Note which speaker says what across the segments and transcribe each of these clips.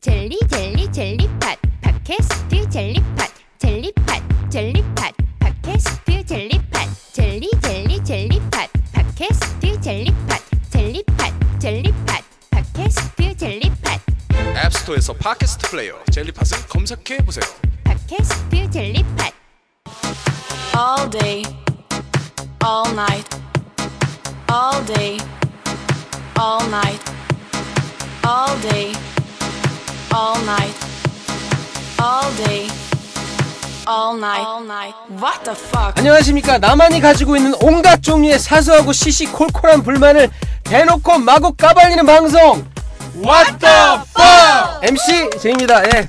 Speaker 1: 젤리 젤리 젤리팟 팟캐스트 젤리팟 젤리팟 젤리팟 팟캐스트 젤리팟 젤리 젤리 젤리팟 팟캐스트 젤리팟 젤리팟 젤리팟 팟캐스트 젤리팟
Speaker 2: 앱스토어에서 팟캐스트 플레이어 젤리팟을 검색해 보세요.
Speaker 1: 팟캐스트 젤리팟
Speaker 3: all day, all night, all day, all night, all day, all night, all day, all night, all night. What the fuck?
Speaker 4: 안녕하십니까. 나만이 가지고 있는 온갖 종류의 사소하고 시시콜콜한 불만을 대놓고 마구 까발리는 방송. What the fuck? MC 제입니다. 예.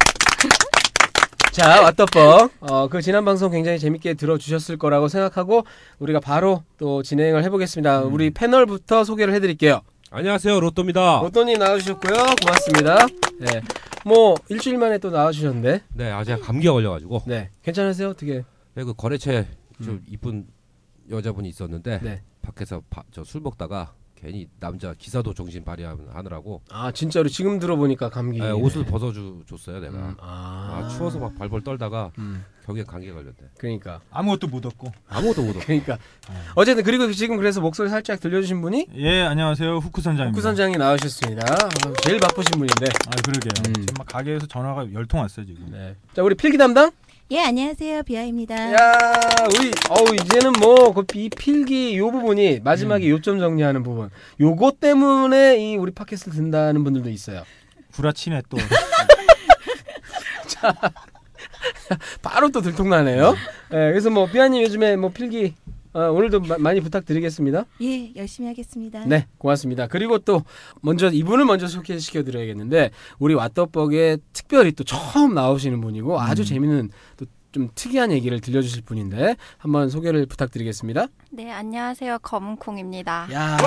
Speaker 4: 자, What the fuck. 어, 그 지난 방송 굉장히 재밌게 들어주셨을 거라고 생각하고 우리가 바로 또 진행을 해보겠습니다. 우리 패널부터 소개를 해드릴게요.
Speaker 5: 안녕하세요 로또입니다.
Speaker 4: 로또님 나와주셨고요. 고맙습니다. 예. 뭐 일주일 만에 또 나와주셨는데.
Speaker 5: 네, 아 제가 감기가 걸려가지고
Speaker 4: 네. 괜찮으세요? 어떻게?
Speaker 5: 네, 그 거래처에 좀 이쁜 여자분이 있었는데
Speaker 4: 네.
Speaker 5: 밖에서 저 술 먹다가 괜히 남자 기사도 정신 발휘하느라고
Speaker 4: 아 진짜로 지금 들어보니까 감기.
Speaker 5: 네, 옷을 벗어주 줬어요 내가.
Speaker 4: 예. 아, 음.
Speaker 5: 아, 추워서 막 벌벌 떨다가 격에 감기 걸렸대.
Speaker 4: 그러니까.
Speaker 6: 아무것도 못 얻고.
Speaker 5: 아무것도 못. 얻-
Speaker 4: 그러니까 어쨌든 그리고 지금 그래서 목소리 살짝 들려주신 분이
Speaker 6: 예, 안녕하세요. 후쿠 선장입니다.
Speaker 4: 구 선장이 나오셨습니다. 아, 제일 바쁘신 분인데.
Speaker 6: 아, 그러게요. 지금 막 가게에서 전화가 열 통 왔어요, 지금.
Speaker 4: 음. 네. 자 우리 필기 담당.
Speaker 7: 예 안녕하세요 비아입니다.
Speaker 4: 야 우리 어우 이제는 뭐이 필기 요 부분이 마지막에 요점 정리하는 부분. 요거 때문에 이 우리 팟캐스트 듣는다는 분들도 있어요.
Speaker 6: 구라치네 또.
Speaker 4: 바로 또 들통나네요. 네, 그래서 뭐 비아님 요즘에 뭐 필기 어, 오늘도 마- 많이 부탁드리겠습니다.
Speaker 7: 예 열심히 하겠습니다.
Speaker 4: 네, 고맙습니다. 그리고 또 먼저 이분을 먼저 소개시켜 드려야겠는데 우리 왓더벅에 특별히 또 처음 나오시는 분이고
Speaker 6: 음.
Speaker 4: 아주 재밌는 또 좀 특이한 얘기를 들려주실 분인데 한번 소개를 부탁드리겠습니다.
Speaker 8: 네, 안녕하세요. 검은콩입니다.
Speaker 4: 야.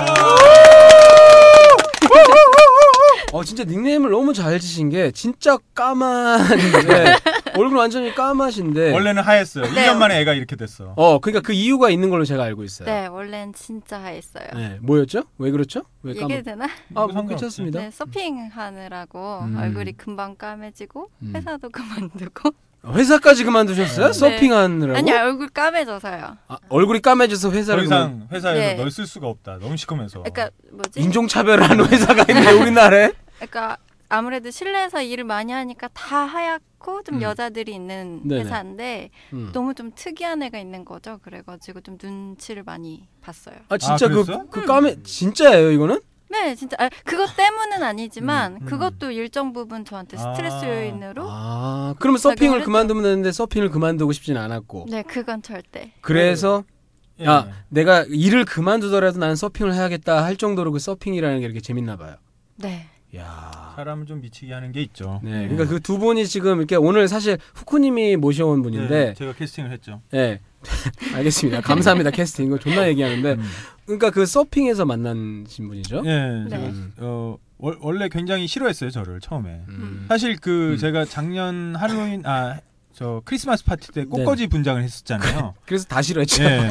Speaker 4: 어 진짜 닉네임을 너무 잘 지신 게 진짜 까만인데 얼굴 완전히 까마신데
Speaker 6: 네. 원래는 하였어요.
Speaker 4: 네.
Speaker 6: 1년 만에 애가 이렇게 됐어.
Speaker 4: 어 그러니까 그 이유가 있는 걸로 제가 알고 있어요.
Speaker 8: 네, 원래는 진짜 했어요.
Speaker 4: 네, 뭐였죠? 왜 그렇죠? 왜 까만?
Speaker 8: 얘기해도 되나?
Speaker 4: 아,
Speaker 6: 이거
Speaker 4: 뭐
Speaker 6: 상관없지.
Speaker 4: 괜찮습니다.
Speaker 8: 네, 서핑하느라고
Speaker 4: 음.
Speaker 8: 얼굴이 금방 까매지고
Speaker 4: 음.
Speaker 8: 회사도 그만두고
Speaker 4: 회사까지 그만두셨어요?
Speaker 6: 네.
Speaker 4: 서핑하느라고?
Speaker 8: 아니 얼굴 까매져서요.
Speaker 4: 아, 얼굴이 까매져서
Speaker 6: 더
Speaker 4: 회사를 그만-
Speaker 6: 이상 회사에서
Speaker 8: 네.
Speaker 6: 널 쓸 수가 없다. 너무 시커면서.
Speaker 8: 그러니까 뭐지?
Speaker 4: 아. 인종차별하는 회사가 있네 우리나라에
Speaker 8: 그러니까 아무래도 실내에서 일을 많이 하니까 다 하얗고 좀
Speaker 4: 음.
Speaker 8: 여자들이 있는
Speaker 4: 네네.
Speaker 8: 회사인데
Speaker 4: 음.
Speaker 8: 너무 좀 특이한 애가 있는 거죠. 그래가지고 좀 눈치를 많이 봤어요.
Speaker 4: 아 진짜
Speaker 6: 아,
Speaker 4: 그,
Speaker 6: 그랬어요?
Speaker 4: 그 까매 진짜예요 이거는?
Speaker 8: 네, 진짜 아, 그것 때문은 아니지만 그것도 일정 부분 저한테 스트레스
Speaker 6: 아.
Speaker 8: 요인으로
Speaker 4: 음. 아 그러면 서핑을 예.
Speaker 8: 작용을
Speaker 4: 그만두면 되는데 서핑을 그만두고 싶진 않았고
Speaker 8: 네, 그건 절대.
Speaker 4: 그래서
Speaker 6: 예.
Speaker 4: 야 내가 일을 그만두더라도 나는 서핑을 해야겠다 할 정도로 그 서핑이라는 게 이렇게 재밌나 봐요
Speaker 8: 네.
Speaker 4: 야
Speaker 6: 사람을 좀 미치게 하는 게 있죠. 예.
Speaker 4: 네, 그러니까 그 두 분이 지금 이렇게 오늘 사실 후쿠님이 모셔온
Speaker 6: 네,
Speaker 4: 분인데
Speaker 6: 제가 캐스팅을 했죠.
Speaker 4: 예. 알겠습니다. 감사합니다. 캐스팅. 이거 존나 얘기하는데. 그러니까 그 서핑에서 만난 분이죠.
Speaker 6: 음. 예.
Speaker 8: 네.
Speaker 6: 제가 어 월- 원래 굉장히 싫어했어요, 저를 처음에.
Speaker 4: 음.
Speaker 6: 사실 그 제가 작년 할로윈 아 저 크리스마스 파티
Speaker 4: 네.
Speaker 6: 때 꽃거지 분장을 했었잖아요.
Speaker 4: 그래서 다 싫어했죠.
Speaker 6: 예.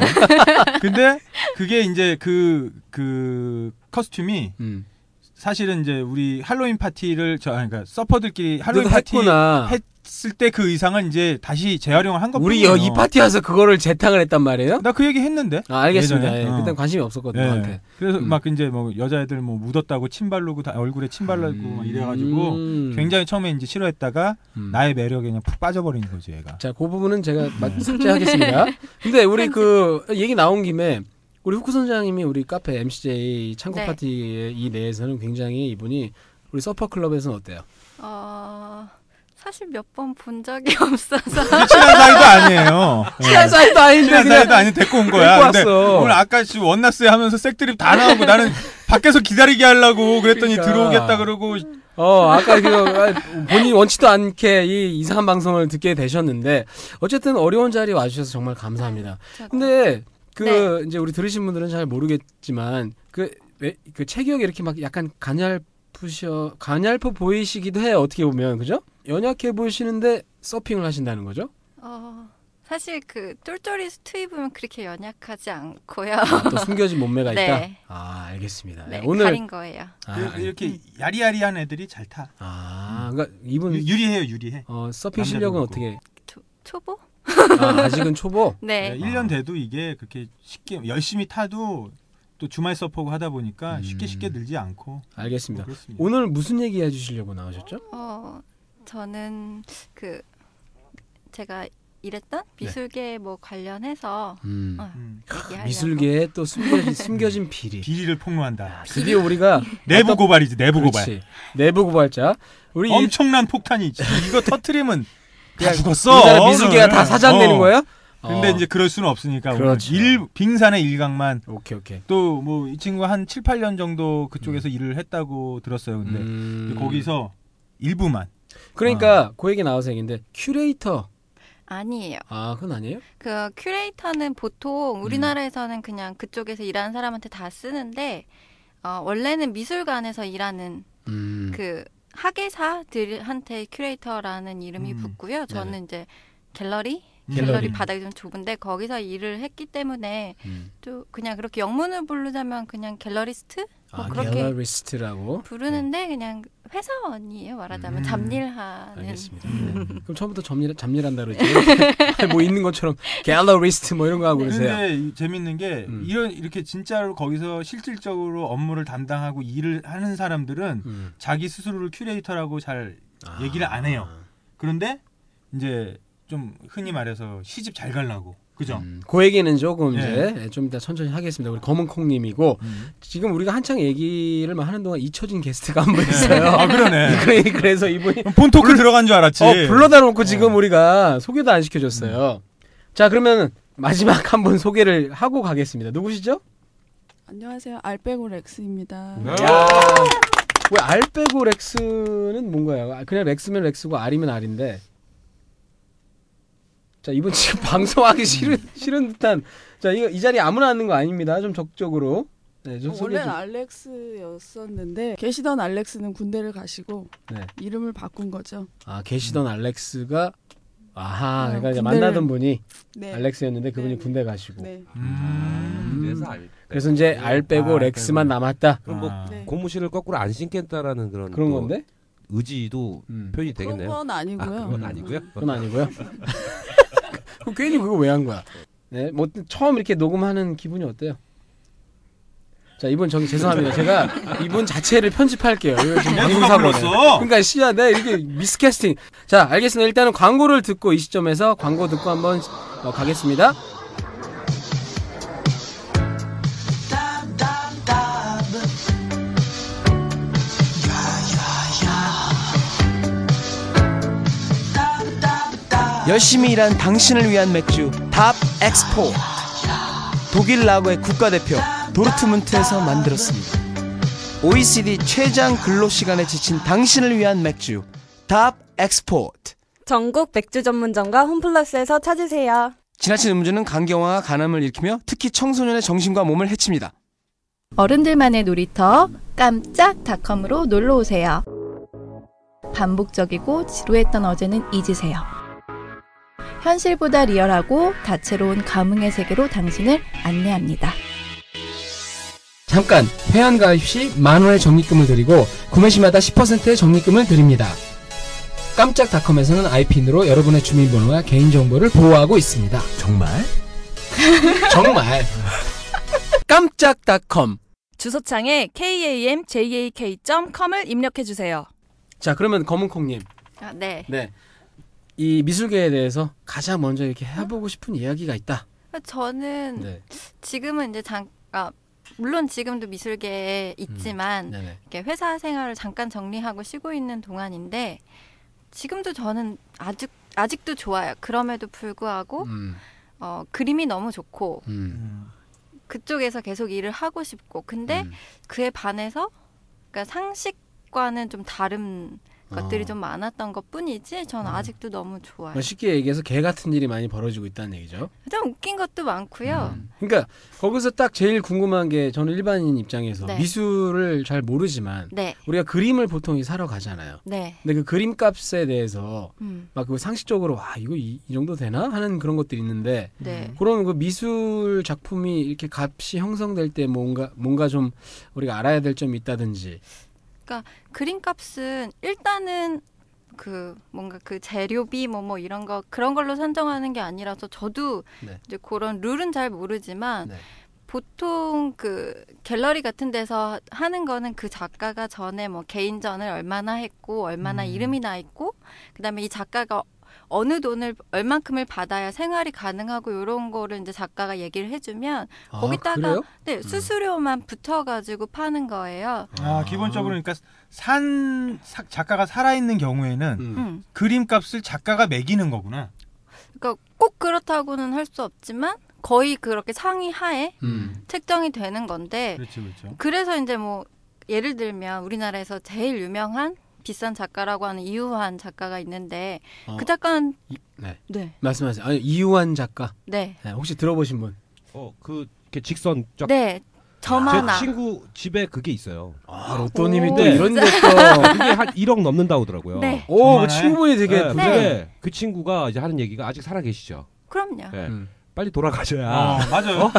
Speaker 6: 근데 그게 이제 그 그 커스튬이
Speaker 4: 음.
Speaker 6: 사실은 이제 우리 할로윈 파티를 저 아니, 그러니까 서퍼들끼리 할로윈
Speaker 4: 너도
Speaker 6: 파티
Speaker 4: 했구나.
Speaker 6: 했을 때 그 의상을 이제 다시 재활용을 한 것뿐이에요.
Speaker 4: 우리 여, 이 파티 와서 그거를 재탕을 했단 말이에요?
Speaker 6: 나그 얘기 했는데.
Speaker 4: 아, 알겠습니다.
Speaker 6: 예전에.
Speaker 4: 예,
Speaker 6: 어.
Speaker 4: 그땐 관심이 없었거든요,
Speaker 6: 예.
Speaker 4: 저한테.
Speaker 6: 그래서
Speaker 4: 음.
Speaker 6: 막 이제 뭐 여자애들 뭐 묻었다고 침 바르고 다 얼굴에 침 바르고 막 이래가지고
Speaker 4: 음.
Speaker 6: 굉장히 처음에 이제 싫어했다가
Speaker 4: 음.
Speaker 6: 나의 매력에 그냥 푹 빠져버린 거지 얘가.
Speaker 4: 자, 그 부분은 제가 맞- 삭제하겠습니다. 근데 우리 그 얘기 나온 김에 우리 후쿠 선장님이 우리 카페 MCJ 창고
Speaker 8: 네.
Speaker 4: 파티의 이 내에서는 굉장히 이분이 우리 서퍼 클럽에서는 어때요?
Speaker 8: 어 사실 몇 번 본 적이 없어서
Speaker 6: 친한 사이도 아니에요. 예.
Speaker 4: 친한 사이도 아닌데
Speaker 6: 친한
Speaker 4: 그냥
Speaker 6: 사이도 아닌 데리고 온 거야.
Speaker 4: 데리고
Speaker 6: 근데
Speaker 4: 왔어.
Speaker 6: 오늘 아까 지금 원나스 하면서 색드립 다 나오고 나는 밖에서 기다리게 하려고 그랬더니
Speaker 4: 그러니까.
Speaker 6: 들어오겠다 그러고
Speaker 4: 어, 아까 그 아, 본인이 원치도 않게 이 이상한 방송을 듣게 되셨는데 어쨌든 어려운 자리에 와 주셔서 정말 감사합니다.
Speaker 8: 저도.
Speaker 4: 근데 그
Speaker 8: 네.
Speaker 4: 이제 우리 들으신 분들은 잘 모르겠지만 그그 체격이 이렇게 막 약간 가냘프셔 가냘프 보이시기도 해요. 어떻게 보면. 그죠? 연약해 보이시는데 서핑을 하신다는 거죠?
Speaker 8: 어 사실 그 똘똘이 스트입은 그렇게 연약하지 않고요.
Speaker 4: 아, 또 숨겨진 몸매가 있다.
Speaker 8: 네.
Speaker 4: 아 알겠습니다.
Speaker 8: 네,
Speaker 4: 오늘
Speaker 8: 가린 거예요.
Speaker 4: 아,
Speaker 6: 이- 이렇게 야리야리한 애들이 잘 타.
Speaker 4: 아 그러니까
Speaker 6: 유-
Speaker 4: 이분
Speaker 6: 유리해요, 유리해.
Speaker 4: 어, 서핑
Speaker 6: 남자도
Speaker 4: 실력은
Speaker 6: 그렇고.
Speaker 4: 어떻게?
Speaker 8: 초, 초보?
Speaker 4: 아, 아직은 초보.
Speaker 8: 네.
Speaker 6: 일 1년 돼도 이게 그렇게 쉽게 열심히 타도 또 주말 서퍼고 하다 보니까
Speaker 4: 음.
Speaker 6: 쉽게 쉽게 늘지 않고 뭐
Speaker 4: 알겠습니다.
Speaker 6: 그렇습니다.
Speaker 4: 오늘 무슨 얘기 해주시려고 나오셨죠?
Speaker 8: 어, 저는 그 제가 일했던 미술계 뭐 관련해서
Speaker 4: 음.
Speaker 8: 어,
Speaker 6: 음.
Speaker 8: 얘기하려고.
Speaker 4: 미술계에 또 숨겨진, 숨겨진 비리.
Speaker 6: 비리를 폭로한다. 그
Speaker 4: 아, 드디어 우리가
Speaker 6: 내부
Speaker 4: 어떤-
Speaker 6: 고발이지, 내부 고발.
Speaker 4: 그렇지. 네, 내부 고발자. 우리 이
Speaker 6: 엄청난 폭탄이 있지. 이거 터트리면 다
Speaker 4: 그냥
Speaker 6: 죽었어.
Speaker 4: 미술계가 다 사장되는
Speaker 6: 어.
Speaker 4: 거예요?
Speaker 6: 근데
Speaker 4: 어.
Speaker 6: 이제 그럴 수는 없으니까 오늘
Speaker 4: 그렇죠.
Speaker 6: 일 빙산의 일각만
Speaker 4: 오케이 오케이.
Speaker 6: 또 뭐 이 친구가 한 7, 8년 정도 그쪽에서 일을 했다고 들었어요. 아. 근데
Speaker 4: 음.
Speaker 6: 거기서 일부만
Speaker 4: 그러니까 그 얘기 나와서 얘기인데 큐레이터
Speaker 8: 아니에요.
Speaker 4: 아 그건 아니에요?
Speaker 8: 그 큐레이터는
Speaker 4: 음.
Speaker 8: 보통 우리나라에서는 그냥 그쪽에서 일하는 사람한테 다 쓰는데 어, 원래는 미술관에서 일하는
Speaker 4: 음.
Speaker 8: 그 학예사들한테 큐레이터라는 이름이
Speaker 6: 음,
Speaker 8: 붙고요. 저는
Speaker 4: 네네. 음.
Speaker 8: 이제 갤러리
Speaker 4: 갤러리.
Speaker 8: 갤러리, 바닥이 좀 좁은데 거기서 일을 했기 때문에
Speaker 4: 음.
Speaker 8: 또 그냥 그렇게 영문을 부르자면 그냥 갤러리스트 뭐
Speaker 4: 아
Speaker 8: 그렇게 음.
Speaker 4: 갤러리스트라고.
Speaker 8: 부르는데 그냥 회사원이에요 말하자면
Speaker 4: 네. 음,
Speaker 8: 잡일하는
Speaker 4: 알겠습니다. 네. 그럼 처음부터 잡일 잡일한다 그러지. 뭐 있는 것처럼 갤러리스트 뭐 이런 거 하고 그러세요.
Speaker 6: 근데 이- 재밌는 게
Speaker 4: 음.
Speaker 6: 이런 이렇게 진짜로 거기서 실질적으로 업무를 담당하고 일을 하는 사람들은
Speaker 4: 음.
Speaker 6: 자기 스스로를 큐레이터라고 잘
Speaker 4: 아.
Speaker 6: 얘기를 안 해요. 그런데 이제 좀 흔히 말해서 시집 잘 갈라고 그죠?
Speaker 4: 음, 그 얘기는 조금
Speaker 6: 예.
Speaker 4: 이제 좀 이따 천천히 하겠습니다. 우리 검은콩님이고
Speaker 6: 음.
Speaker 4: 지금 우리가 한창 얘기를 막 하는 동안 잊혀진 게스트가 한 분 있어요.
Speaker 6: 아 그러네.
Speaker 4: 그래- 그래서 이분이
Speaker 6: 본 토크 들어간 줄 알았지.
Speaker 4: 어, 불러다 놓고
Speaker 6: 네.
Speaker 4: 지금 우리가 소개도 안
Speaker 6: 음.
Speaker 4: 시켜줬어요. 자 그러면 마지막 한 번 소개를 하고 가겠습니다. 누구시죠?
Speaker 9: 안녕하세요. 알빼고 렉스입니다.
Speaker 5: 네.
Speaker 7: 어,
Speaker 4: 왜알 빼고 렉스는 뭔가요? 아, 그냥 렉스면 렉스고 알이면 알인데. 자 이분 지금 방송하기 싫은
Speaker 6: 음.
Speaker 4: 싫은 듯한 자 이거 이 자리 아무나 앉는 거 아닙니다. 좀 적극적으로. 네, 좀 소개
Speaker 9: 어, 원래는
Speaker 4: 좀.
Speaker 9: 알렉스였었는데 계시던 알렉스는 군대를 가시고
Speaker 4: 네.
Speaker 9: 이름을 바꾼 거죠.
Speaker 4: 아 계시던 알렉스가 아하
Speaker 9: 네,
Speaker 4: 그러니까 이제
Speaker 9: 음. 군대를-
Speaker 4: 만나던 분이
Speaker 9: 네.
Speaker 4: 알렉스였는데 그분이
Speaker 9: 네.
Speaker 4: 군대 가시고
Speaker 9: 네.
Speaker 6: 음.
Speaker 5: 그래서 알.
Speaker 4: 그래서 이제 알 빼고
Speaker 6: 아,
Speaker 4: 렉스만
Speaker 6: 빼고.
Speaker 4: 남았다
Speaker 5: 그럼 뭐
Speaker 6: 아.
Speaker 9: 네.
Speaker 5: 고무신을 거꾸로 안 신겠다라는 그런
Speaker 4: 그런
Speaker 5: 또
Speaker 4: 건데
Speaker 5: 의지도
Speaker 4: 음.
Speaker 5: 표현이
Speaker 9: 그런
Speaker 5: 되겠네요.
Speaker 9: 건 아니고요.
Speaker 5: 아, 그건
Speaker 7: 음.
Speaker 5: 아니고요.
Speaker 4: 그건 아니고요. 그거 괜히 그거 왜 한 거야? 네, 뭐 처음 이렇게 녹음하는 기분이 어때요? 자 이분 저기 죄송합니다. 제가 이분 자체를 편집할게요. 이거 지금
Speaker 6: 내가
Speaker 4: 방송
Speaker 6: 누가
Speaker 4: 사고네.
Speaker 6: 불렀어?
Speaker 4: 그러니까 씨야, 내 이렇게 미스캐스팅. 자 알겠습니다. 일단은 광고를 듣고 이 시점에서 광고 듣고 한번 어, 가겠습니다.
Speaker 10: 열심히 일한 당신을 위한 맥주 답 엑스포 독일 라고의 국가대표 도르트문트에서 만들었습니다 OECD 최장 근로시간에 지친 당신을 위한 맥주 답 엑스포트
Speaker 3: 전국 맥주 전문점과 홈플러스에서 찾으세요.
Speaker 10: 지나친 음주는 간경화와 간암을 일으키며 특히 청소년의 정신과 몸을 해칩니다
Speaker 3: 어른들만의 놀이터 깜짝닷컴으로 놀러 오세요. 반복적이고 지루했던 어제는 잊으세요. 현실보다 리얼하고 다채로운 감흥의 세계로 당신을 안내합니다.
Speaker 4: 잠깐 회원 가입 시 만 원의 적립금을 드리고 구매 시마다 10%의 적립금을 드립니다. 깜짝닷컴에서는 아이핀으로 여러분의 주민번호와 개인정보를 보호하고 있습니다.
Speaker 10: 정말?
Speaker 4: 정말 깜짝닷컴.
Speaker 3: 주소창에 kamjak.com을 입력해 주세요.
Speaker 4: 자 그러면 검은콩님,
Speaker 8: 아, 네.
Speaker 4: 네. 이 미술계에 대해서 가장 먼저 이렇게 해보고 싶은 이야기가 있다.
Speaker 8: 저는
Speaker 4: 네,
Speaker 8: 지금은 이제 잠 아, 물론 지금도 미술계에 있지만
Speaker 4: 음, 네네.
Speaker 8: 이렇게 회사 생활을 잠깐 정리하고 쉬고 있는 동안인데 지금도 저는 아직 아직도 좋아요. 그럼에도 불구하고
Speaker 4: 음,
Speaker 8: 어, 그림이 너무 좋고
Speaker 4: 음,
Speaker 6: 음.
Speaker 8: 그쪽에서 계속 일을 하고 싶고 근데
Speaker 4: 음.
Speaker 8: 그에 반해서 그러니까 상식과는 좀 다른 것들이 좀 많았던 것뿐이지 저는 아직도 너무 좋아요.
Speaker 4: 아. 음. 뭐 쉽게 얘기해서 개 같은 일이 많이 벌어지고 있다는 얘기죠.
Speaker 8: 가장 웃긴 것도 많고요.
Speaker 4: 그러니까 거기서 딱 제일 궁금한 게 저는 일반인 입장에서
Speaker 8: 네.
Speaker 4: 미술을 잘 모르지만
Speaker 8: 네.
Speaker 4: 우리가 그림을 보통 이 사러 가잖아요.
Speaker 8: 네.
Speaker 4: 근데 그 그림값에 대해서
Speaker 8: 음.
Speaker 4: 막 그 상식적으로 와 이거 이, 이 정도 되나 하는 그런 것들이 있는데
Speaker 8: 네.
Speaker 4: 그런 그 미술 작품이 이렇게 값이 형성될 때 뭔가 뭔가 좀 우리가 알아야 될 점이 있다든지
Speaker 8: 그러니까 그림값은 일단은 그 뭔가 그 재료비 뭐 뭐 이런 거 그런 걸로 산정하는 게 아니라서 저도
Speaker 4: 네.
Speaker 8: 이제 그런 룰은 잘 모르지만
Speaker 4: 네.
Speaker 8: 보통 그 갤러리 같은 데서 하는 거는 그 작가가 전에 뭐 개인전을 얼마나 했고 얼마나
Speaker 6: 음.
Speaker 8: 이름이 나 있고 그다음에 이 작가가 어느 돈을 얼만큼을 받아야 생활이 가능하고 요런 거를 이제 작가가 얘기를 해주면
Speaker 6: 아,
Speaker 8: 거기다가
Speaker 6: 그래요?
Speaker 8: 네 수수료만 붙어가지고 파는 거예요.
Speaker 6: 아, 기본적으로 그러니까 산 사- 작가가 살아있는 경우에는
Speaker 8: 음.
Speaker 6: 그림값을 작가가 매기는 거구나.
Speaker 8: 그러니까 꼭 그렇다고는 할 수 없지만 거의 그렇게 상의하에
Speaker 6: 음.
Speaker 8: 책정이 되는 건데
Speaker 6: 그렇죠, 그렇죠.
Speaker 8: 그래서 이제 뭐 예를 들면 우리나라에서 제일 유명한 비싼 작가라고 하는 이우환 작가가 있는데
Speaker 4: 어.
Speaker 8: 그 작가는
Speaker 4: 네.
Speaker 8: 네.
Speaker 4: 말씀하세요. 아니 이우환 작가.
Speaker 8: 네.
Speaker 4: 혹시 들어보신 분?
Speaker 5: 어그 이렇게 직선 쫙.
Speaker 8: 네, 저만아.
Speaker 5: 제 친구 집에 그게 있어요.
Speaker 4: 아
Speaker 8: 로또님이 오.
Speaker 4: 또 이런 데 또.
Speaker 5: 그게 한 1억 넘는다고 하더라고요.
Speaker 8: 네.
Speaker 4: 오, 그 친구분이 되게
Speaker 5: 네,
Speaker 4: 부자.
Speaker 5: 근데 그 친구가 이제 하는 얘기가 아직 살아 계시죠.
Speaker 8: 그럼요.
Speaker 5: 네.
Speaker 4: 음.
Speaker 5: 빨리 돌아가셔야.
Speaker 4: 어, 맞아요.
Speaker 5: 어?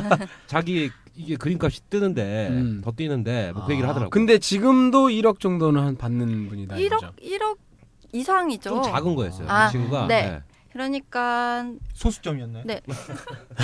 Speaker 5: 자기 이게 그림값이 뜨는데 더 뛰는데 뭐 그 얘기를 하더라고요.
Speaker 4: 아, 근데 지금도 1억 정도는 한 받는 분이다.
Speaker 8: 일억일억 이상이죠.
Speaker 5: 좀 작은 거였어요, 그 친구가.
Speaker 8: 네.
Speaker 5: 네.
Speaker 8: 그러니까
Speaker 6: 소수점이었나요?
Speaker 8: 네.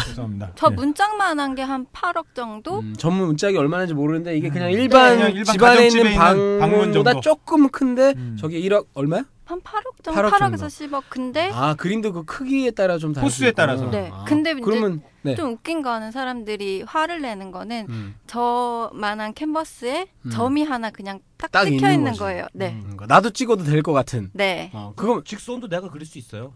Speaker 6: 죄송합니다.
Speaker 8: 저
Speaker 4: 네. 음.
Speaker 8: 문짝만 한 게 한 8억 정도?
Speaker 4: 전문 문짝이 얼마나인지 모르는데 이게 그냥 일반
Speaker 6: 음. 네, 그냥 일반
Speaker 4: 집안에
Speaker 6: 가정집에
Speaker 4: 있는
Speaker 6: 있는 방문
Speaker 4: 방문보다
Speaker 6: 정도. 음.
Speaker 4: 조금 큰데 저게 1억 얼마야?
Speaker 8: 한 8억 정도?
Speaker 4: 8억
Speaker 8: 8억 에서
Speaker 4: 정도.
Speaker 8: 10억. 근데
Speaker 4: 아 그림도 그 크기에 따라 좀 다르고.
Speaker 6: 호수에 따라서.
Speaker 8: 네. 근데 이제
Speaker 4: 아, 그러면 네.
Speaker 8: 좀 웃긴 거는 사람들이 화를 내는 거는
Speaker 4: 음.
Speaker 8: 저만한 캔버스에
Speaker 4: 음.
Speaker 8: 점이 하나 그냥 딱,
Speaker 4: 딱
Speaker 8: 찍혀
Speaker 4: 있는
Speaker 8: 있는
Speaker 4: 거지. 음.
Speaker 8: 거예요. 네.
Speaker 4: 뭔가 나도 찍어도 될 것 같은.
Speaker 8: 네.
Speaker 6: 음.
Speaker 4: 어, 그건
Speaker 5: 직선도 아. 내가 그릴 수 있어요.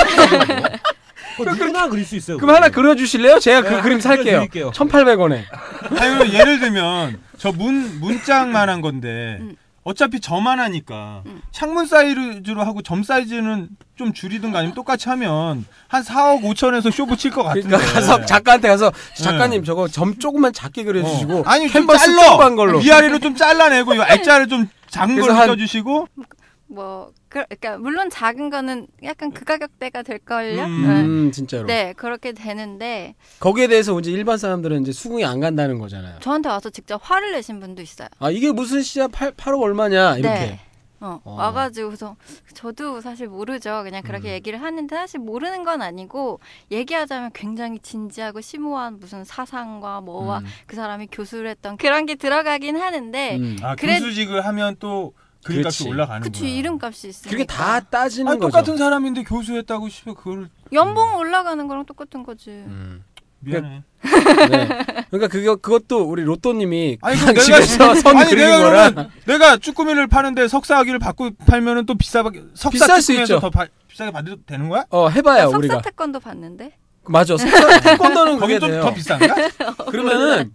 Speaker 5: 그거 누구나 그릴 수 있어요.
Speaker 4: 그럼 하나 그려주실래요? 제가 그
Speaker 6: 음. 네,
Speaker 4: 그림
Speaker 6: 하나
Speaker 4: 살게요.
Speaker 6: 그려드릴게요.
Speaker 4: 1,800원에.
Speaker 6: 아니 그럼 예를 들면 저 문 문짝만 한 건데
Speaker 8: 음.
Speaker 6: 어차피 저만 하니까 창문 사이즈로 하고 점 사이즈는 좀 줄이든가 아니면 똑같이 하면 한 4억 5천에서 쇼부 칠 것 같은데. 어. 네.
Speaker 4: 그러니까 가서 작가한테 가서 작가님 저거 점 조금만 작게 그려주시고
Speaker 6: 어. 아니 좀
Speaker 4: 캔버스
Speaker 6: 잘라.
Speaker 4: 조그만 걸로
Speaker 6: 위아래로 좀 잘라내고 이 L자를 좀 작은
Speaker 4: 그래서
Speaker 6: 걸로
Speaker 4: 한-
Speaker 6: 써주시고
Speaker 8: 뭐 그, 러니까 물론 작은 거는 약간 그 가격대가 될 걸요.
Speaker 4: 음, 진짜로.
Speaker 8: 네, 그렇게 되는데
Speaker 4: 거기에 대해서 이제 일반 사람들은 이제 수긍이 안 간다는 거잖아요.
Speaker 8: 저한테 와서 직접 화를 내신 분도 있어요.
Speaker 4: 아 이게 무슨 시야 8, 8억 얼마냐 이렇게.
Speaker 8: 네. 어, 와가지고 그래서 저도 사실 모르죠. 그냥
Speaker 4: 음.
Speaker 8: 그렇게 얘기를 하는데 사실 모르는 건 아니고 얘기하자면 굉장히 진지하고 심오한 무슨 사상과 뭐와
Speaker 4: 음,
Speaker 8: 그 사람이 교수를 했던 그런 게 들어가긴 하는데
Speaker 4: 음.
Speaker 6: 아,
Speaker 8: 그래-
Speaker 6: 교수직을 하면 또 그림값이
Speaker 4: 그렇지.
Speaker 6: 올라가는
Speaker 8: 그치
Speaker 6: 거야.
Speaker 8: 이름값이 있으니까
Speaker 4: 그게 다 따지는
Speaker 6: 아니,
Speaker 4: 거죠.
Speaker 6: 똑같은 사람인데 교수했다고 싶어 그걸
Speaker 8: 연봉 올라가는 거랑 똑같은 거지.
Speaker 4: 음.
Speaker 6: 미안해.
Speaker 4: 네. 그러니까 그거 그것도 우리 로또님이
Speaker 6: 아니
Speaker 4: 그냥
Speaker 6: 그럼 내가
Speaker 4: 집에서 선
Speaker 6: 아니
Speaker 4: 그리는
Speaker 6: 내가
Speaker 4: 거랑
Speaker 6: 그러면 내가 쭈꾸미를 파는데 석사학위를 받고 팔면은 또 비싸게 석사
Speaker 4: 비쌀 수
Speaker 6: 쭈꾸미에서
Speaker 4: 있죠.
Speaker 6: 더 바- 비싸게 받아도 되는 거야?
Speaker 4: 어 해봐요
Speaker 8: 아, 석사
Speaker 4: 우리가.
Speaker 8: 태권도 봤는데
Speaker 4: 맞아. 석사 태권도는 그게
Speaker 6: 거긴 좀
Speaker 4: 돼요.
Speaker 6: 더 비싼가?
Speaker 4: 그러면은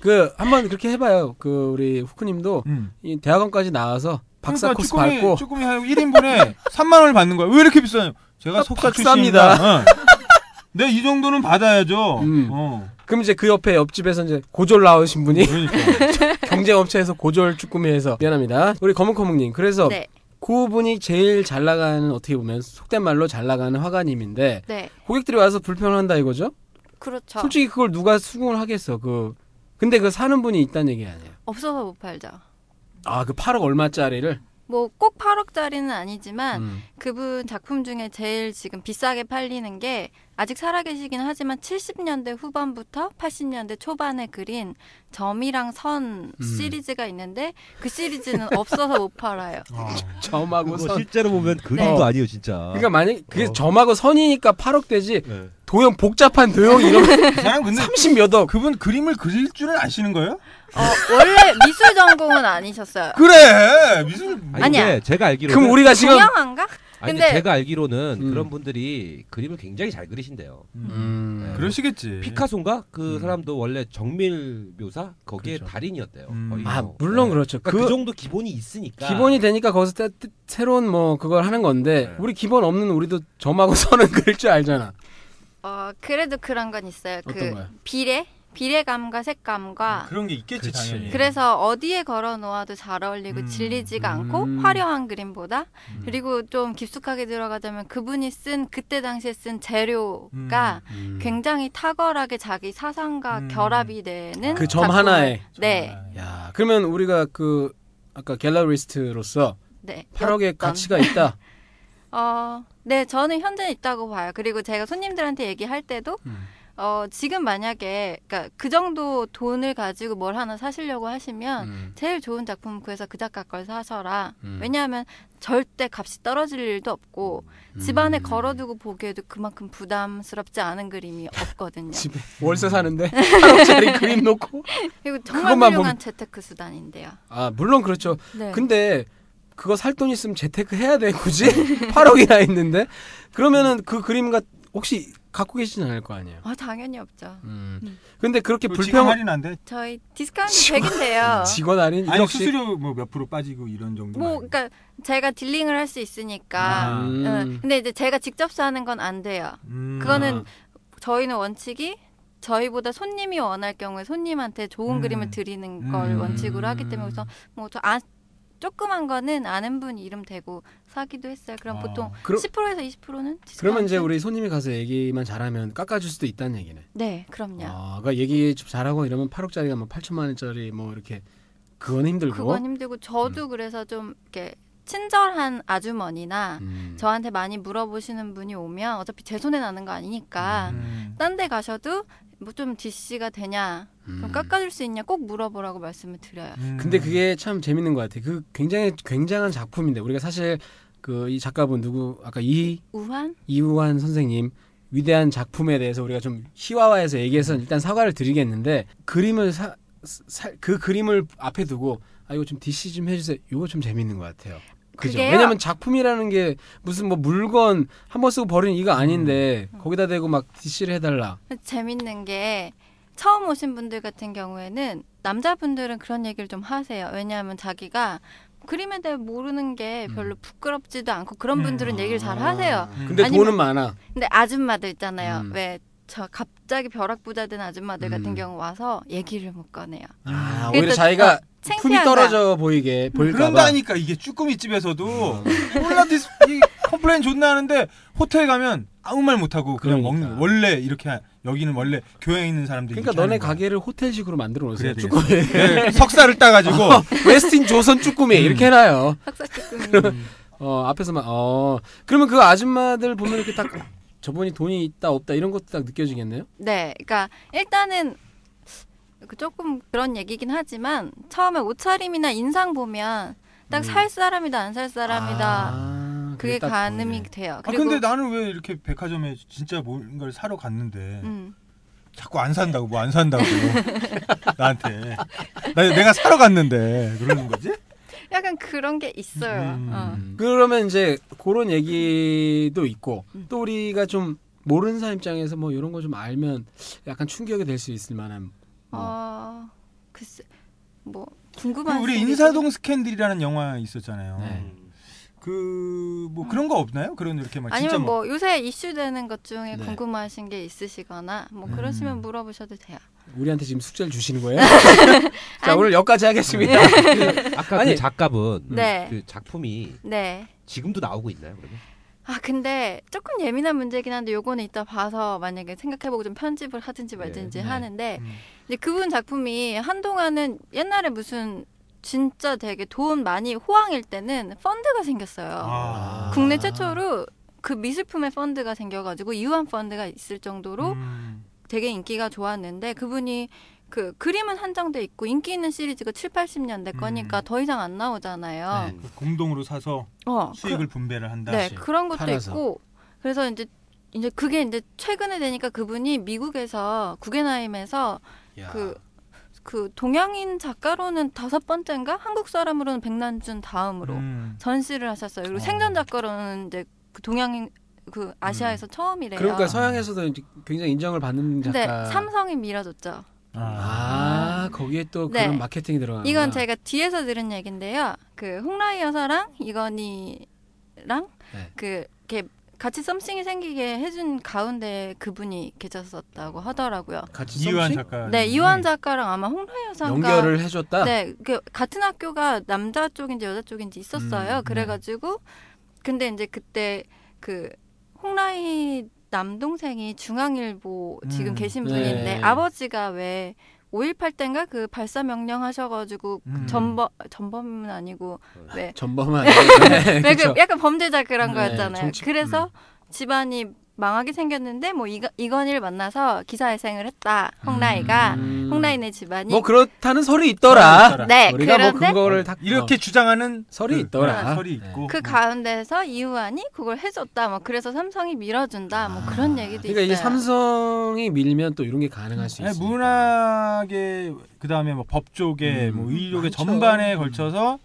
Speaker 4: 그 한번 그렇게 해봐요. 그 우리 후크님도 이 대학원까지 나와서 음, 박사
Speaker 6: 그러니까
Speaker 4: 코스
Speaker 6: 쭈꾸미-
Speaker 4: 밟고
Speaker 6: 쭈꾸미 한 1인분에 3만 원을 받는 거야. 왜 이렇게 비싸요? 제가 석사 출신입니다.
Speaker 4: 아, 박사입니다.
Speaker 6: 네, 이 정도는 받아야죠.
Speaker 4: 음.
Speaker 6: 어.
Speaker 4: 그럼 이제 그 옆에 옆집에서 이제 고졸 나오신 분이
Speaker 6: 그러니까. 네.
Speaker 4: 경쟁업체에서 고졸 쭈꾸미에서 미안합니다. 우리 검은커묵님 그래서
Speaker 8: 네.
Speaker 4: 그분이 제일 잘 나가는 어떻게 보면 속된 말로 잘 나가는 화가님인데
Speaker 8: 네.
Speaker 4: 고객들이 와서 불편한다 이거죠?
Speaker 8: 그렇죠.
Speaker 4: 솔직히 그걸 누가 수긍을 하겠어? 그 근데 그 사는 분이 있다는 얘기 아니에요?
Speaker 8: 없어서 못 팔죠.
Speaker 4: 아 그 8억 얼마짜리를
Speaker 8: 뭐 꼭 8억짜리는 아니지만
Speaker 4: 음.
Speaker 8: 그분 작품 중에 제일 지금 비싸게 팔리는 게 아직 살아계시긴 하지만 70년대 후반부터 80년대 초반에 그린 점이랑 선
Speaker 5: 음.
Speaker 8: 시리즈가 있는데 그 시리즈는 없어서 못 팔아요.
Speaker 4: 점하고
Speaker 5: 그거
Speaker 4: 선
Speaker 5: 실제로 보면 네. 그림도
Speaker 8: 어.
Speaker 5: 아니에요, 진짜.
Speaker 4: 그러니까 만약 그게 점하고 선이니까 8억 되지
Speaker 5: 네.
Speaker 4: 도형 복잡한 도형 이런
Speaker 6: 사람 근데
Speaker 4: 30몇 억
Speaker 6: 그분 그림을 그릴 줄은 아시는 거예요?
Speaker 8: 어, 원래 미술 전공은 아니셨어요.
Speaker 6: 그래 네, 미술
Speaker 5: 아니, 근데
Speaker 8: 아니야.
Speaker 5: 제가 알기로
Speaker 4: 그럼 우리가 지금
Speaker 8: 동양한가?
Speaker 5: 아니, 근데,
Speaker 8: 근데-
Speaker 5: 제가 알기로는 그런 분들이 그림을 굉장히 잘 그리신대요.
Speaker 4: 음.
Speaker 5: 네.
Speaker 6: 그러시겠지.
Speaker 5: 피카소인가 그 사람도 원래 정밀 묘사 거기에 달인이었대요. 거의
Speaker 4: 아
Speaker 5: 뭐.
Speaker 4: 물론 그렇죠.
Speaker 5: 그러니까 그, 정도 기본이 있으니까.
Speaker 4: 기본이 되니까 거기서 때- 때- 새로운 뭐 그걸 하는 건데 우리 기본 없는 우리도 점하고 선은 그릴 줄 알잖아.
Speaker 8: 어 그래도 그런 건 있어요.
Speaker 4: 어떤 음,
Speaker 8: 그
Speaker 4: 거야?
Speaker 8: 비례 비례감과 색감과
Speaker 6: 그런 게 있겠지
Speaker 4: 예.
Speaker 6: 당연히.
Speaker 8: 아. 그래서 어디에 걸어 놓아도 잘 어울리고
Speaker 4: 음,
Speaker 8: 질리지가 않고 화려한 그림보다 그리고 좀 깊숙하게 들어가자면 그분이 쓴 그때 당시에 쓴 재료가
Speaker 4: 음.
Speaker 8: 굉장히 탁월하게 자기 사상과 결합이 되는
Speaker 4: 그 점
Speaker 8: 작품을-
Speaker 4: 하나에.
Speaker 8: 네.
Speaker 4: 야 그러면 우리가 그 아까 갤러리스트로서
Speaker 8: 네.
Speaker 4: 8억의 가치가 있다.
Speaker 8: 어, 네, 저는 현재 있다고 봐요. 그리고 제가 손님들한테 얘기할 때도
Speaker 4: 음.
Speaker 8: 어, 지금 만약에 그러니까 그 정도 돈을 가지고 뭘 하나 사시려고 하시면
Speaker 6: 음.
Speaker 8: 제일 좋은 작품 구해서 그 작가 걸 사셔라.
Speaker 1: 음.
Speaker 8: 왜냐하면 절대 값이 떨어질 일도 없고 집안에
Speaker 4: 음.
Speaker 8: 걸어두고 보기에도 그만큼 부담스럽지 않은 그림이 없거든요.
Speaker 4: 집에 월세 사는데 8억짜리 그림 놓고
Speaker 8: 그리고 정말
Speaker 4: 그것만
Speaker 8: 훌륭한
Speaker 4: 보면-
Speaker 8: 재테크 수단인데요.
Speaker 4: 아 물론 그렇죠.
Speaker 8: 네.
Speaker 4: 근데 그거 살 돈 있으면 재테크 해야 돼 굳이 8억이나 있는데 그러면은 그 그림과 혹시 갖고 계시진 않을 거 아니에요. 음.
Speaker 8: 아, 당연히 없죠.
Speaker 4: 근데 그렇게
Speaker 6: 그거
Speaker 4: 불평
Speaker 6: 지금 할인 안 돼?
Speaker 8: 저희 디스카운트 100인 돼요.
Speaker 4: 직원 할인
Speaker 6: 아니
Speaker 4: 1억씩?
Speaker 6: 수수료 뭐 몇 프로 빠지고 이런 정도.
Speaker 8: 뭐 그러니까 제가 딜링을 할 수 있으니까
Speaker 6: 아.
Speaker 4: 음.
Speaker 8: 응. 근데 이제 제가 직접 사는 건 안 돼요
Speaker 6: 음.
Speaker 8: 그거는 저희는 원칙이 저희보다 손님이 원할 경우에 손님한테 좋은
Speaker 1: 음.
Speaker 8: 그림을 드리는 걸
Speaker 1: 음.
Speaker 8: 원칙으로 하기 때문에 그래서 뭐 저 아, 조그만 거는 아는 분 이름 대고 사기도 했어요 그럼 보통
Speaker 4: 아. 그럼-
Speaker 8: 10%에서 20%는
Speaker 4: 그러면 이제 우리 손님이 가서 얘기만 잘하면 깎아줄 수도 있다는 얘기네.
Speaker 8: 네 그럼요
Speaker 4: 아, 그러니까 얘기 좀 잘하고 이러면 8억짜리가 뭐 8천만 원짜리 뭐 이렇게 그건 힘들고. 음.
Speaker 8: 그건 힘들고 저도 그래서 좀 이렇게 친절한 아주머니나
Speaker 4: 음.
Speaker 8: 저한테 많이 물어보시는 분이 오면 어차피 제 손에 나는 거 아니니까
Speaker 4: 음.
Speaker 6: 음.
Speaker 8: 딴 데 가셔도 뭐 좀 DC가 되냐
Speaker 4: 음.
Speaker 8: 좀 깎아줄 수 있냐 꼭 물어보라고 말씀을 드려요.
Speaker 6: 음.
Speaker 4: 근데 그게 참 재밌는 것 같아. 그 굉장히 굉장한 작품인데 우리가 사실 그 이 작가분 누구 아까 이
Speaker 8: 우한
Speaker 4: 이우환 선생님 위대한 작품에 대해서 우리가 좀 희화화해서 얘기해서 일단 사과를 드리겠는데 그림을 사, 사- 그 그림을 앞에 두고 아 이거 좀 DC 좀 해주세요. 이거 좀 재밌는 것 같아요. 그죠?
Speaker 10: 그게요.
Speaker 4: 왜냐면 작품이라는 게 무슨 뭐 물건 한 번 쓰고 버리는 이거 아닌데
Speaker 8: 음.
Speaker 4: 거기다 대고 막 DC를 해달라.
Speaker 8: 재밌는 게 처음 오신 분들 같은 경우에는 남자분들은 그런 얘기를 좀 하세요. 왜냐하면 자기가 그림에 대해 모르는 게
Speaker 4: 음.
Speaker 8: 별로 부끄럽지도 않고 그런
Speaker 4: 네.
Speaker 8: 분들은 얘기를 잘
Speaker 4: 아.
Speaker 8: 하세요.
Speaker 4: 근데
Speaker 8: 아니면- 뭐
Speaker 4: 돈은 많아.
Speaker 8: 근데 아줌마들 있잖아요.
Speaker 4: 음.
Speaker 8: 왜 저 갑자기 벼락부자 된 아줌마들 같은
Speaker 4: 음.
Speaker 8: 경우 와서 얘기를 못 꺼내요.
Speaker 4: 아,
Speaker 8: 음. 그게
Speaker 4: 오히려
Speaker 8: 또,
Speaker 4: 자기가
Speaker 8: 어, 창피한
Speaker 4: 품이
Speaker 8: 거야.
Speaker 4: 떨어져 보이게 보일까봐.
Speaker 6: 음.
Speaker 4: 음.
Speaker 6: 그런다니까 이게 쭈꾸미 집에서도 몰라 디스 이 컴플레인 존나 하는데 호텔 가면 아무 말 못하고 그냥 먹는 거. 원래 이렇게 하- 여기는 원래 교양 있는 사람들이
Speaker 4: 그러니까 너네 가게를 호텔식으로 만들어 놓으세요.
Speaker 6: 그래야
Speaker 4: 쭈꾸미.
Speaker 6: 되겠어. 네, 석사를 따가지고.
Speaker 4: 어,
Speaker 8: 아,
Speaker 4: 웨스틴 조선 쭈꾸미 이렇게 해놔요.
Speaker 8: 석사 쭈꾸미.
Speaker 4: 그러면 어 앞에서만 어 그러면 그 아줌마들 보면 이렇게 딱 저분이 돈이 있다 없다 이런 것도 딱 느껴지겠네요.
Speaker 8: 네, 그러니까 일단은 그 조금 그런 얘기긴 하지만 처음에 옷차림이나 인상 보면
Speaker 4: 음.
Speaker 8: 딱 살 사람이다 안 살 사람이다
Speaker 4: 아.
Speaker 8: 그게
Speaker 6: 딱
Speaker 8: 가늠이 돼요.
Speaker 6: 아
Speaker 8: 그리고
Speaker 6: 근데 나는 왜 이렇게 백화점에 진짜 뭔가를 사러 갔는데
Speaker 8: 음.
Speaker 6: 자꾸 안 산다고 뭐 안 산다고 나한테 나, 내가 사러 갔는데 그러는 거지?
Speaker 8: 약간 그런 게 있어요.
Speaker 6: 음,
Speaker 8: 어.
Speaker 4: 그러면 이제 그런 얘기도 있고
Speaker 8: 음.
Speaker 4: 또 우리가 좀 모르는 사람 입장에서 뭐 이런 거 좀 알면 약간 충격이 될 수 있을 만한 뭐.
Speaker 8: 어, 글쎄 뭐
Speaker 6: 그
Speaker 8: 궁금한
Speaker 6: 우리
Speaker 8: 시기죠.
Speaker 6: 인사동 스캔들이라는 영화 있었잖아요.
Speaker 4: 네.
Speaker 6: 그 뭐 그런 거 없나요? 그런 이렇게 막 진짜
Speaker 8: 아니면
Speaker 6: 뭐
Speaker 8: 뭐 요새 이슈되는 것
Speaker 4: 네.
Speaker 8: 중에 궁금하신 게 있으시거나 뭐
Speaker 6: 음.
Speaker 8: 그러시면 물어보셔도 돼요.
Speaker 4: 우리한테 지금 숙제를 주시는 거예요? 자
Speaker 8: 아니.
Speaker 4: 오늘 여기까지 하겠습니다.
Speaker 5: 그 아까 그 작가분
Speaker 8: 네.
Speaker 5: 그 작품이
Speaker 8: 네.
Speaker 5: 지금도 나오고 있나요? 그러면?
Speaker 8: 아 근데 조금 예민한 문제긴 한데 요거는 이따 봐서 만약에 생각해보고 좀 편집을 하든지
Speaker 6: 예,
Speaker 8: 말든지
Speaker 6: 네. 음.
Speaker 8: 하는데 이제 그분 작품이 한동안은 옛날에 무슨 진짜 되게 돈 많이 호황일 때는 펀드가 생겼어요.
Speaker 6: 아,
Speaker 8: 국내 최초로 그 미술품의 펀드가 생겨가지고 유한 펀드가 있을 정도로
Speaker 6: 음.
Speaker 8: 되게 인기가 좋았는데 그분이 그 그림은 한정돼 있고 인기 있는 시리즈가 7,
Speaker 6: 음.
Speaker 8: 80년대 거니까 더 이상 안 나오잖아요.
Speaker 5: 음.
Speaker 6: 그 공동으로 사서
Speaker 8: 어,
Speaker 6: 수익을 분배를 한다.
Speaker 8: 네, 그런 것도
Speaker 6: 팔아서.
Speaker 8: 있고 그래서 이제 이제
Speaker 6: 아.
Speaker 8: 그게 이제 최근에 되니까 그분이 미국에서 구겐하임에서 그 그 동양인 작가로는 다섯 번째인가 한국 사람으로는 백난준 다음으로
Speaker 6: 음.
Speaker 8: 전시를 하셨어요. 그리고 생전 작가로는 이제 그 동양인 그 아시아에서 처음이래요.
Speaker 4: 그러니까 서양에서도 이제 굉장히 인정을 받는 작가.
Speaker 8: 네, 어. 근데 삼성이 밀어줬죠.
Speaker 4: 아, 거기에 또
Speaker 8: 네.
Speaker 4: 그런 마케팅이 들어가는.
Speaker 8: 이건 제가 뒤에서 들은 얘긴데요. 그 홍라이 여사랑 이건희랑
Speaker 4: 네.
Speaker 8: 그 이렇게 같이 썸씽이 생기게 해준 가운데 그분이 계셨었다고 하더라고요.
Speaker 4: 같이
Speaker 6: 이유한 썸씽? 작가. 음.
Speaker 8: 네, 이유한 작가랑 아마 홍라이 여사가
Speaker 4: 아, 연결을 해줬다?
Speaker 8: 네, 그 같은 학교가 남자 쪽인지 여자
Speaker 4: 음, 네.
Speaker 8: 쪽인지 있었어요. 그래가지고 근데 이제 그때 그 홍라이 남동생이 중앙일보 지금
Speaker 11: 음.
Speaker 8: 계신
Speaker 11: 네.
Speaker 8: 분인데 아버지가 왜 5.18 때인가 그 발사 명령 하셔가지고 그
Speaker 4: 음.
Speaker 8: 전범 전범은 아니고 왜
Speaker 4: 전범은 아니고. 네,
Speaker 8: 왜 그
Speaker 4: 그쵸.
Speaker 8: 약간 범죄자 그런
Speaker 4: 네,
Speaker 8: 거였잖아요.
Speaker 4: 정치- 음.
Speaker 8: 그래서 집안이 망하게 생겼는데 뭐 이거, 이건희를 만나서 기사회생을 했다 홍라이가 홍라이네 집안이
Speaker 4: 음. 뭐 그렇다는 설이 있더라.
Speaker 8: 네,
Speaker 4: 우리가 뭐
Speaker 8: 그런데-
Speaker 4: 근거를 다
Speaker 6: 이렇게 주장하는 그 네,
Speaker 4: 설이 있더라. 네. 설이
Speaker 6: 있고.
Speaker 8: 그 가운데서 이우환이 그걸 해줬다. 뭐 그래서 삼성이 밀어준다. 뭐 그런 얘기도
Speaker 4: 그러니까
Speaker 8: 있어요.
Speaker 4: 이게 삼성이 밀면 또 이런 게 가능할 수
Speaker 6: 네,
Speaker 4: 있어.
Speaker 6: 문학에 그다음에 뭐 법조계 뭐 의료계
Speaker 4: 음.
Speaker 6: 전반에 걸쳐서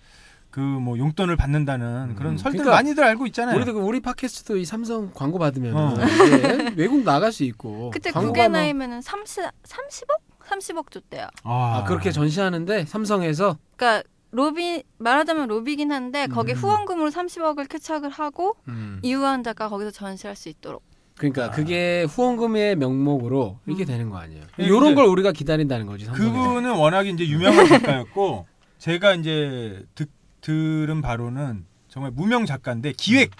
Speaker 6: 그 뭐 용돈을 받는다는 그런 설들
Speaker 4: 그러니까
Speaker 6: 많이들 알고 있잖아요.
Speaker 4: 우리도 그 우리 팟캐스트도 이 삼성 광고 받으면
Speaker 6: 어.
Speaker 4: 이게 외국 나갈 수 있고.
Speaker 8: 그때
Speaker 4: 광고가 뭐
Speaker 8: 국외
Speaker 4: 막-
Speaker 8: 나이면은 30, 30억? 30억 줬대요.
Speaker 4: 아, 그렇게 전시하는데 삼성에서
Speaker 8: 그러니까 로비 말하자면 로비긴 한데 거기 후원금으로 30억을 쾌착을 하고
Speaker 4: 음.
Speaker 8: 이우환 작가 거기서 전시할 수 있도록.
Speaker 4: 그러니까
Speaker 6: 아.
Speaker 4: 그게 후원금의 명목으로
Speaker 8: 음.
Speaker 4: 이렇게 되는 거 아니에요.
Speaker 6: 예,
Speaker 4: 이런
Speaker 6: 근데
Speaker 4: 걸 우리가 기다린다는 거지. 삼성에서.
Speaker 6: 그분은 워낙 이제 유명한 작가였고 제가 이제 듣, 들은 바로는 정말 무명 작가인데 기획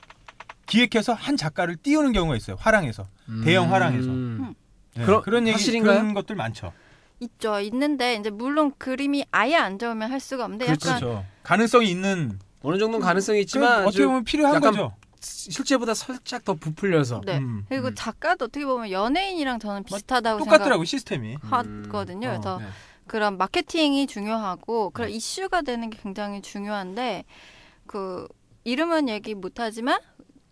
Speaker 6: 기획해서 한 작가를 띄우는 경우가 있어요. 화랑에서
Speaker 4: 음.
Speaker 6: 대형 화랑에서 네,
Speaker 4: 그런-
Speaker 6: 그런 얘기
Speaker 4: 사실인가요?
Speaker 6: 그런 것들 많죠.
Speaker 8: 있죠. 있는데 이제 물론 그림이 아예 안 좋으면 할 수가 없는데 네, 약간
Speaker 6: 그렇죠. 가능성이 있는
Speaker 4: 어느 정도는 가능성이
Speaker 6: 그럼
Speaker 4: 있지만
Speaker 6: 어떻게 보면 필요한
Speaker 4: 약간
Speaker 6: 거죠. 음.
Speaker 4: 실제보다 살짝 더 부풀려서.
Speaker 8: 네. 그리고
Speaker 4: 음.
Speaker 8: 작가도 어떻게 보면 연예인이랑 저는
Speaker 4: 뭐
Speaker 8: 비슷하다고
Speaker 6: 똑같더라고요, 시스템이.
Speaker 8: 하거든요.
Speaker 6: 어,
Speaker 4: 음.
Speaker 8: 그래서
Speaker 6: 네.
Speaker 8: 그런 마케팅이 중요하고
Speaker 4: 네.
Speaker 8: 그런 이슈가 되는 게 굉장히 중요한데 그 이름은 얘기 못하지만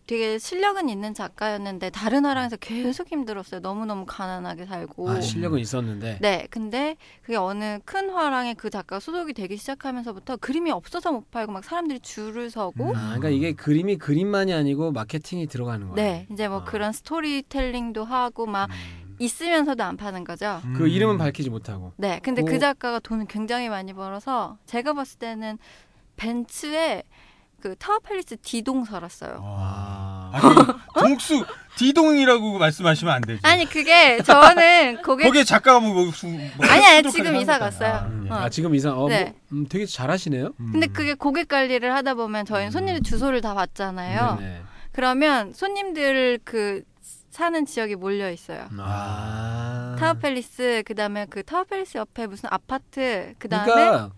Speaker 8: 되게 실력은 있는 작가였는데 다른 나라에서 계속 힘들었어요. 너무 너무 가난하게 살고.
Speaker 4: 네. 아, 실력은 있었는데.
Speaker 8: 네, 근데 그게 어느 큰 화랑에 그 작가 소속이 되기 시작하면서부터 그림이 없어서 못 팔고 막 사람들이 줄을 서고
Speaker 4: 아, 그러니까 이게 그림이 그림만이 아니고 마케팅이 들어가는 거예요.
Speaker 8: 네, 이제 뭐 그런 스토리텔링도 하고 막
Speaker 4: 음.
Speaker 8: 있으면서도 안 파는 거죠.
Speaker 4: 그
Speaker 6: 음.
Speaker 4: 이름은 밝히지 못하고.
Speaker 8: 네, 근데
Speaker 4: 오.
Speaker 8: 그 작가가 돈을 굉장히 많이 벌어서 제가 봤을 때는 벤츠에 그 타워팰리스 D동 살았어요.
Speaker 6: 아, 그 동수 디동이라고 말씀하시면 안 되죠.
Speaker 8: 아니 그게 저는 거기
Speaker 6: 거기에 작가가 뭐, 뭐, 수- 뭐
Speaker 8: 아니 아니
Speaker 6: 소독하는
Speaker 8: 지금
Speaker 6: 거니까.
Speaker 8: 이사 갔어요. 어.
Speaker 4: 아 음. 지금 이상 어,
Speaker 8: 네.
Speaker 4: 뭐, 음, 되게 잘하시네요.
Speaker 8: 근데 그게 고객 관리를 하다 보면 저희는 손님의 주소를 다 받잖아요.
Speaker 4: 음. 네네.
Speaker 8: 그러면 손님들 그 사는 지역이 몰려 있어요.
Speaker 6: 아.
Speaker 4: 음. 아.
Speaker 8: 타워팰리스 그다음에 그 타워팰리스 옆에 무슨 아파트 그다음에
Speaker 4: 그러니까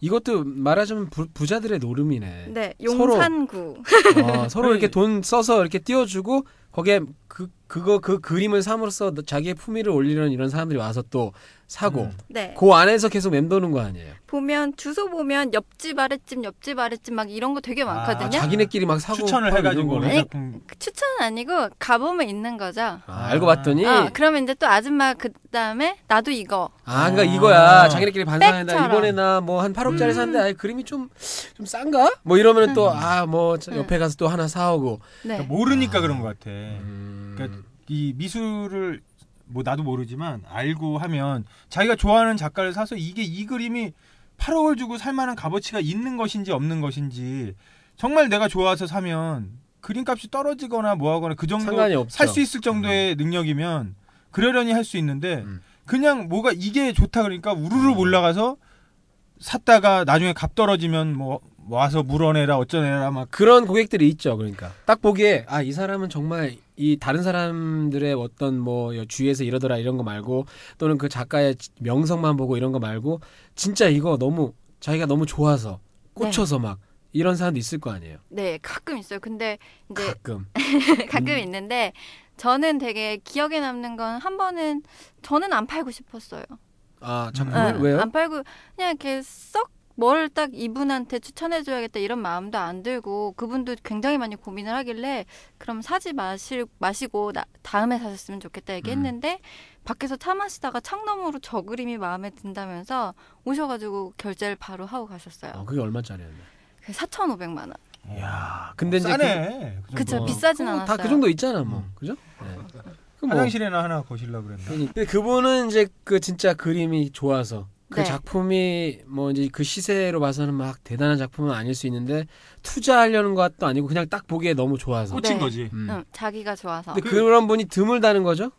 Speaker 4: 이것도 말하자면 부, 부자들의 노름이네.
Speaker 8: 네
Speaker 4: 서로
Speaker 8: 용산구
Speaker 4: 어, 서로
Speaker 8: 네.
Speaker 4: 이렇게 돈 써서 이렇게 띄워주고 거기에 그 그거 그 그림을 삼으로써 자기의 품위를 올리는 이런 사람들이 와서 또 사고
Speaker 6: 음.
Speaker 8: 네.
Speaker 4: 그 안에서 계속 맴도는 거 아니에요.
Speaker 8: 보면 주소 보면 옆집 아랫집 옆집 아랫집 막 이런 거 되게 많거든요.
Speaker 4: 아, 자기네끼리 막 사고
Speaker 6: 추천을
Speaker 4: 팔고
Speaker 6: 해가지고
Speaker 4: 이런 거네.
Speaker 8: 아니, 그 추천은 아니고 가보면 있는 거죠.
Speaker 4: 아, 알고 봤더니
Speaker 8: 아,
Speaker 4: 아,
Speaker 8: 그러면 이제 또 아줌마 그 다음에 나도 이거.
Speaker 4: 그러니까 이거야
Speaker 6: 아.
Speaker 4: 자기네끼리 반사한다
Speaker 8: 백처럼.
Speaker 4: 이번에 나 뭐 한 8억짜리
Speaker 8: 음.
Speaker 4: 샀는데 아이, 그림이 좀 좀 싼가? 뭐 이러면 또 아 뭐
Speaker 8: 음.
Speaker 4: 옆에 가서 또 하나 사오고
Speaker 8: 네.
Speaker 6: 그러니까 모르니까 그런 것 같아.
Speaker 4: 음.
Speaker 6: 그러니까 이 미술을 뭐 나도 모르지만 알고 하면 자기가 좋아하는 작가를 사서 이게 이 그림이 8억을 주고 살 만한 값어치가 있는 것인지 없는 것인지 정말 내가 좋아서 사면 그림값이 떨어지거나 뭐하거나 그 정도
Speaker 4: 상관이 없죠. 음.
Speaker 6: 살 수 있을 정도의 능력이면 그러려니 할 수 있는데 그냥 뭐가 이게 좋다 그러니까 우르르
Speaker 4: 음.
Speaker 6: 올라가서 샀다가 나중에 값 떨어지면 뭐 와서 물어내라 어쩌내라 막
Speaker 4: 그런 고객들이 있죠. 그러니까 딱 보기에 아 이 사람은 정말 이 다른 사람들의 어떤 뭐 주위에서 이러더라 이런 거 말고 또는 그 작가의 명성만 보고 이런 거 말고 진짜 이거 너무 자기가 너무 좋아서 꽂혀서 막 이런 사람도 있을 거 아니에요.
Speaker 8: 네, 가끔 있어요. 근데 이제
Speaker 4: 가끔.
Speaker 8: 가끔 있는데 저는 되게 기억에 남는 건 한 번은 저는 안 팔고 싶었어요.
Speaker 4: 아 작품을
Speaker 8: 네,
Speaker 4: 왜요?
Speaker 8: 안 팔고 그냥 이렇게 썩 뭘 딱 이분한테 추천해줘야겠다 이런 마음도 안 들고 그분도 굉장히 많이 고민을 하길래 그럼 사지 마시, 마시고 나- 다음에 사셨으면 좋겠다 얘기했는데 밖에서 차 마시다가 창너머로 저 그림이 마음에 든다면서 오셔가지고 결제를 바로 하고 가셨어요.
Speaker 4: 어, 그게 얼마짜리였나?
Speaker 8: 그게 4,500만 원.
Speaker 4: 야, 근데 이제
Speaker 6: 싸네. 음. 그 정도.
Speaker 8: 그쵸, 비싸진 않았어요.
Speaker 4: 다그 정도 있잖아, 뭐. 그죠? 네. 그 뭐.
Speaker 6: 화장실에나 하나 거실라 그랬나?
Speaker 4: 음. 근데 그분은 이제 그 진짜 그림이 좋아서 그
Speaker 6: 네.
Speaker 4: 작품이 뭐 이제 그 시세로 봐서는 막 대단한 작품은 아닐 수 있는데 투자하려는 것도 아니고 그냥 딱 보기에 너무 좋아서
Speaker 8: 네. 응, 자기가 좋아서.
Speaker 4: 음. 근데 그런 분이 드물다는 거죠?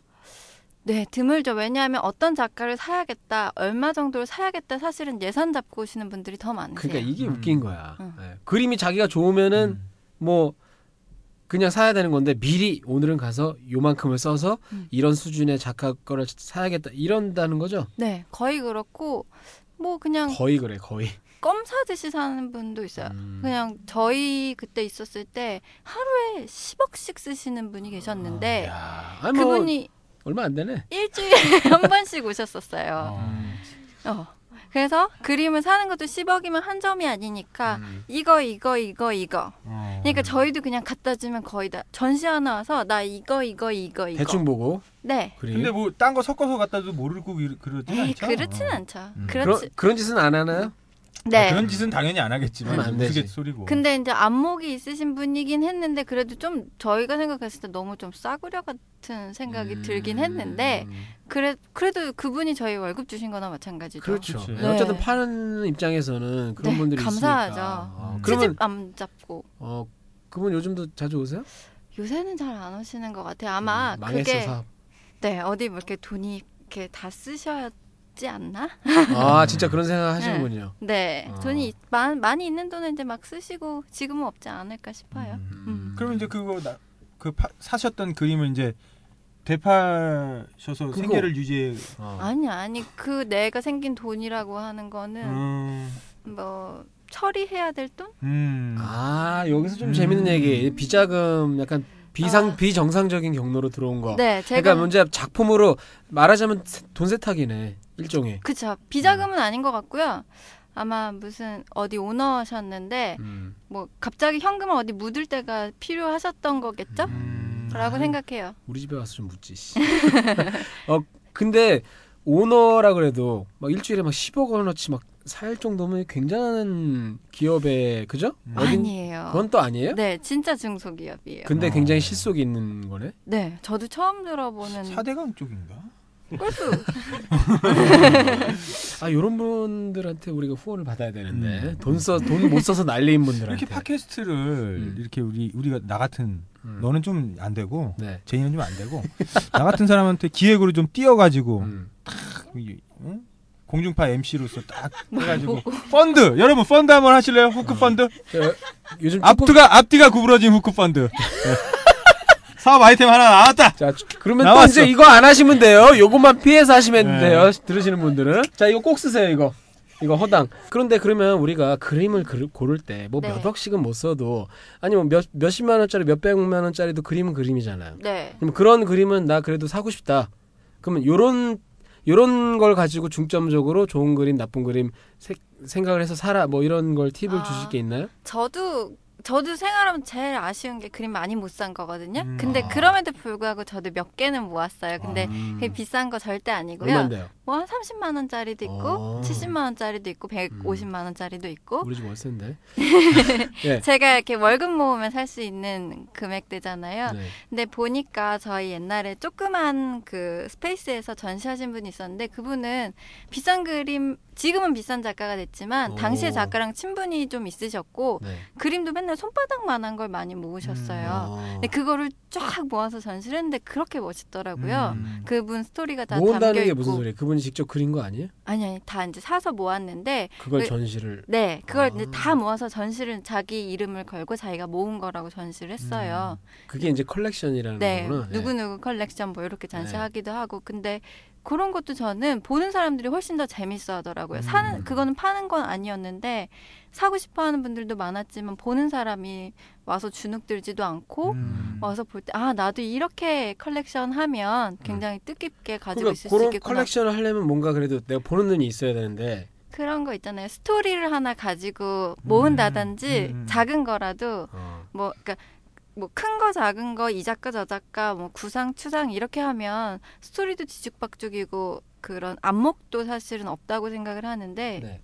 Speaker 8: 네, 드물죠. 왜냐하면 어떤 작가를 사야겠다, 얼마 정도를 사야겠다 사실은 예산 잡고 오시는 분들이 더 많으세요. 음.
Speaker 4: 그러니까 이게 웃긴 거야. 예. 그림이 자기가 좋으면은 뭐 그냥 사야 되는 건데 미리 오늘은 가서 요만큼을 써서
Speaker 8: 음.
Speaker 4: 이런 수준의 작가 거를 사야겠다 이런다는 거죠?
Speaker 8: 네, 거의 그렇고 뭐 그냥
Speaker 4: 거의 그래 거의.
Speaker 8: 껌 사듯이 사는 분도 있어요.
Speaker 4: 음,
Speaker 8: 그냥 저희 그때 있었을 때 하루에 10억씩 쓰시는 분이 계셨는데
Speaker 4: 아니, 뭐
Speaker 8: 네. 그분이
Speaker 4: 얼마 안 되네. 음.
Speaker 8: 일주일에 한 번씩 오셨었어요. 어. 그래서 그림을 사는 것도 10억이면 한 점이 아니니까 이거 이거 이거 이거.
Speaker 6: 어.
Speaker 8: 그러니까 저희도 그냥 갖다 주면 거의 다 전시 하나 와서 나 이거 이거 이거 이거.
Speaker 4: 대충 보고.
Speaker 8: 네.
Speaker 6: 근데 뭐 딴 거 섞어서 갖다도 모르고 그러진
Speaker 8: 에이,
Speaker 6: 않죠. 어. 아,
Speaker 8: 그렇진 않죠.
Speaker 4: 그런
Speaker 8: 그렇지.
Speaker 4: 그런 짓은 안 하나요?
Speaker 8: 네.
Speaker 6: 그런 짓은 당연히 안 하겠지만
Speaker 4: 그건 안 되지.
Speaker 6: 소리고.
Speaker 8: 근데 이제 안목이 있으신 분이긴 했는데 그래도 좀 저희가 생각했을 때 너무 좀 싸구려 같은 생각이
Speaker 4: 음.
Speaker 8: 들긴 했는데 그래 그래도 그분이 저희 월급 주신 거나 마찬가지죠.
Speaker 4: 그렇죠.
Speaker 8: 네.
Speaker 4: 어쨌든 파는 입장에서는 그런
Speaker 8: 네,
Speaker 4: 분들이
Speaker 8: 감사하죠.
Speaker 4: 있으니까.
Speaker 6: 음.
Speaker 4: 어, 그러면
Speaker 8: 시집 안 잡고
Speaker 4: 어 그분 요즘도 자주 오세요?
Speaker 8: 요새는 잘 안 오시는 것 같아요. 아마
Speaker 4: 음, 망했어
Speaker 8: 그게
Speaker 4: 사업.
Speaker 8: 네 어디 뭐 이렇게 돈이 이렇게 다 쓰셔야지 않나?
Speaker 4: 아 진짜 그런 생각
Speaker 8: 네,
Speaker 4: 하시는군요.
Speaker 8: 네.
Speaker 4: 아.
Speaker 8: 돈이 많- 많이 있는 돈은 이제 막 쓰시고 지금은 없지 않을까 싶어요.
Speaker 4: 음.
Speaker 6: 그럼 이제 그거 나, 그 파, 사셨던 그림을 이제 되팔셔서 생계를 유지해.
Speaker 8: 네.
Speaker 4: 어.
Speaker 8: 아니 아니 그 내가 생긴 돈이라고 하는 거는
Speaker 6: 음.
Speaker 8: 뭐 처리해야 될 돈?
Speaker 4: 아 여기서 좀 재밌는
Speaker 6: 음.
Speaker 4: 얘기. 비자금 약간 비상 비정상적인 경로로 들어온 거.
Speaker 8: 아. 네,
Speaker 4: 그러니까
Speaker 8: 제가-
Speaker 4: 문제 작품으로 말하자면 세- 돈 세탁이네 일종의.
Speaker 8: 그쵸 비자금은 아닌 것 같고요. 아마 무슨 어디 오너셨는데
Speaker 4: 음.
Speaker 8: 뭐 갑자기 현금을 어디 묻을 때가 필요하셨던 거겠죠?
Speaker 4: 음.
Speaker 8: 라고 생각해요.
Speaker 4: 우리 집에 와서 좀 묻지. 씨. 어 근데 오너라 그래도 막 일주일에 막 10억 원어치 막 살 정도면 굉장한 기업의 그죠? 어딘-
Speaker 8: 음. 아니에요.
Speaker 4: 그건 또 아니에요? 그
Speaker 8: 네, 진짜 중소기업이에요.
Speaker 6: 어.
Speaker 4: 근데 굉장히 실속이 있는 거네.
Speaker 8: 네, 저도 처음 들어보는
Speaker 6: 사대강 쪽인가?
Speaker 8: 골프.
Speaker 4: 아 이런 분들한테 우리가 후원을 받아야 되는데 돈 써 돈 못 써서 난리인 분들한테.
Speaker 6: 음.
Speaker 4: 음.
Speaker 6: 이렇게 팟캐스트를 이렇게 우리 우리가 나 같은 너는 좀 안 되고
Speaker 4: 네.
Speaker 6: 제이는 좀 안 되고 나 같은 사람한테 기획으로 좀 띄어가지고
Speaker 4: 음.
Speaker 6: 탁 이- 응? 공중파 MC로서 딱
Speaker 8: 뭐,
Speaker 6: 해가지고 펀드 여러분 펀드 한번 하실래요? 후크
Speaker 4: 음.
Speaker 6: 펀드
Speaker 8: 음.
Speaker 4: 요즘
Speaker 6: 앞뒤가 앞뒤가 구부러진 후크 펀드 네. 사업 아이템 하나 나왔다.
Speaker 4: 자 그러면 또 이제 이거 안 하시면 돼요. 요것만 피해서 하시면
Speaker 6: 네.
Speaker 4: 돼요. 들으시는 분들은. 자, 이거 꼭 쓰세요, 이거. 이거 허당. 그런데 그러면 우리가 그림을 그르- 고를 때 뭐 몇
Speaker 8: 네.
Speaker 4: 억씩은 못 써도 아니 뭐몇 몇십만 원짜리 몇백만 원짜리도 그림은 그림이잖아요.
Speaker 8: 네.
Speaker 4: 그럼 그런 그림은 나 그래도 사고 싶다. 그러면 요런 요런 걸 가지고 중점적으로 좋은 그림, 나쁜 그림 세- 생각을 해서 사라 뭐 이런 걸 팁을
Speaker 8: 아.
Speaker 4: 주실 게 있나요?
Speaker 8: 저도 저도 생활하면 제일 아쉬운 게 그림 많이 못 산 거거든요.
Speaker 4: 음.
Speaker 8: 근데 그럼에도 불구하고 저도 몇 개는 모았어요. 근데
Speaker 6: 음.
Speaker 8: 그게 비싼 거 절대 아니고요.
Speaker 4: 아. 얼마인데요?
Speaker 8: 뭐 한 30만 원짜리도 있고
Speaker 4: 아.
Speaker 8: 70만 원짜리도
Speaker 4: 음.
Speaker 8: 있고 150만 원짜리도 있고
Speaker 4: 우리 집 월세인데. 예.
Speaker 8: 제가 이렇게 월급 모으면 살 수 있는 금액대잖아요.
Speaker 4: 네.
Speaker 8: 근데 보니까 저희 옛날에 조그만 그 스페이스에서 전시하신 분이 있었는데 그분은 비싼 그림 지금은 비싼 작가가 됐지만
Speaker 1: 오.
Speaker 8: 당시에 작가랑 친분이 좀 있으셨고
Speaker 1: 네.
Speaker 8: 그림도 맨날 손바닥만한 걸 많이
Speaker 4: 음, 아.
Speaker 8: 모으셨어요. 근데 그거를 쫙 모아서 전시를 했는데 그렇게 멋있더라고요. 그분 스토리가 다 담겨
Speaker 4: 음. 모은다는 게
Speaker 8: 있고
Speaker 4: 무슨 소리예요? 그분이 직접 그린 거 아니에요?
Speaker 8: 아니 아니 다 이제 사서 모았는데
Speaker 4: 그걸
Speaker 8: 그-
Speaker 4: 전시를
Speaker 8: 네 그걸 이제 다 모아서 전시를 자기 이름을 걸고 자기가 모은 거라고 전시를 했어요.
Speaker 4: 음, 그게 이제 컬렉션이라는
Speaker 8: 네
Speaker 4: 거구나.
Speaker 8: 누구 누구 컬렉션 뭐 이렇게 전시하기도
Speaker 4: 네.
Speaker 8: 하고 근데 그런 것도 저는 보는 사람들이 훨씬 더 재밌어하더라고요.
Speaker 4: 음.
Speaker 8: 사는 그거는 파는 건 아니었는데 사고 싶어하는 분들도 많았지만 보는 사람이 와서 주눅들지도 않고
Speaker 4: 음.
Speaker 8: 와서 볼 때 아 나도 이렇게 컬렉션 하면 굉장히 뜻깊게
Speaker 4: 음.
Speaker 8: 가지고
Speaker 4: 그러니까
Speaker 8: 있을 수
Speaker 4: 그런
Speaker 8: 있겠구나.
Speaker 4: 컬렉션을 하려면 뭔가 그래도 내가 보는 눈이 있어야 되는데
Speaker 8: 그런 거 있잖아요. 스토리를 하나 가지고 모은다든지 작은 거라도 뭐 그러니까 뭐 큰 거 작은 거 이 작가 저 작가 뭐 구상 추상 이렇게 하면 스토리도 지죽박죽이고 그런 안목도 사실은 없다고 생각을 하는데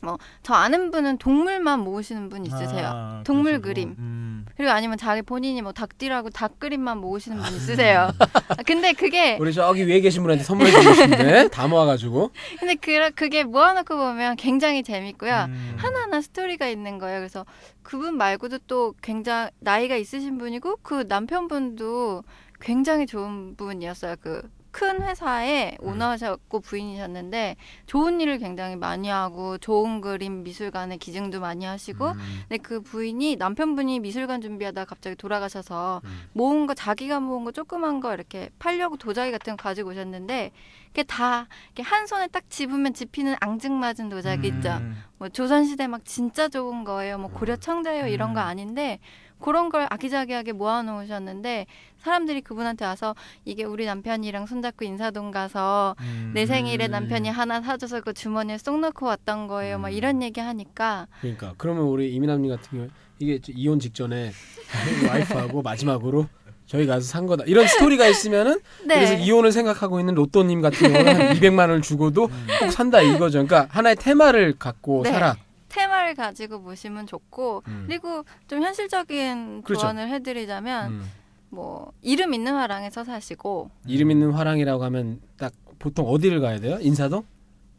Speaker 8: 뭐 저 아는 분은 동물만 모으시는 분 있으세요.
Speaker 6: 아,
Speaker 8: 동물
Speaker 6: 그러시고.
Speaker 8: 그림.
Speaker 6: 음.
Speaker 8: 그리고 아니면 자기 본인이 뭐 닭띠라고 닭 그림만 모으시는 분 있으세요. 아, 근데 그게
Speaker 4: 우리 저기 위에 계신 분한테 선물해 주고 싶은데 다 모아가지고
Speaker 8: 근데 그, 그게 모아놓고 보면 굉장히 재밌고요.
Speaker 6: 음.
Speaker 8: 하나하나 스토리가 있는 거예요. 그래서 그분 말고도 또 굉장히 나이가 있으신 분이고 그 남편분도 굉장히 좋은 분이었어요. 그 큰 회사의 오너셨고 부인이셨는데 좋은 일을 굉장히 많이 하고 좋은 그림 미술관에 기증도 많이 하시고
Speaker 4: 음.
Speaker 8: 근데 그 부인이 남편분이 미술관 준비하다 갑자기 돌아가셔서 모은 거 자기가 모은 거 조그만 거 이렇게 팔려고 도자기 같은 거 가지고 오셨는데 그게 다 이렇게 한 손에 딱 집으면 집히는 앙증맞은 도자기
Speaker 4: 음.
Speaker 8: 있죠. 뭐 조선시대 막 진짜 좋은 거예요. 뭐 고려 청자예요 이런 거
Speaker 4: 음.
Speaker 8: 아닌데 그런 걸 아기자기하게 모아놓으셨는데 사람들이 그분한테 와서 이게 우리 남편이랑 손잡고 인사동 가서
Speaker 4: 음.
Speaker 8: 내 생일에 남편이 하나 사줘서 그 주머니에 쏙 넣고 왔던 거예요.
Speaker 4: 음.
Speaker 8: 막 이런 얘기 하니까
Speaker 4: 그러니까 그러면 우리 이민남님 같은 경우 이게 저 이혼 직전에 와이프하고 마지막으로 저희 가서 산 거다 이런 스토리가 있으면은
Speaker 8: 네.
Speaker 4: 그래서 이혼을 생각하고 있는 로또님 같은 경우는 한 200만 원을 주고도 꼭 산다 이거죠. 그러니까 하나의 테마를 갖고
Speaker 8: 네.
Speaker 4: 살아.
Speaker 8: 테마를 가지고 보시면 좋고 그리고 좀 현실적인
Speaker 4: 음. 그렇죠.
Speaker 8: 조언을 해드리자면
Speaker 4: 음.
Speaker 8: 뭐 이름 있는 화랑에서 사시고
Speaker 4: 이름 있는 화랑이라고 하면 딱 보통 어디를 가야 돼요? 인사동?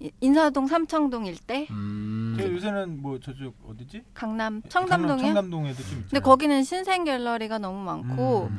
Speaker 8: 이- 인사동 삼청동
Speaker 4: 음.
Speaker 8: 일대
Speaker 6: 저
Speaker 8: 그
Speaker 6: 요새는 뭐 저쪽 어디지?
Speaker 8: 강남
Speaker 6: 강남
Speaker 8: 청담동이요.
Speaker 6: 청담동에도 좀
Speaker 8: 근데 거기는 신생 갤러리가 너무 많고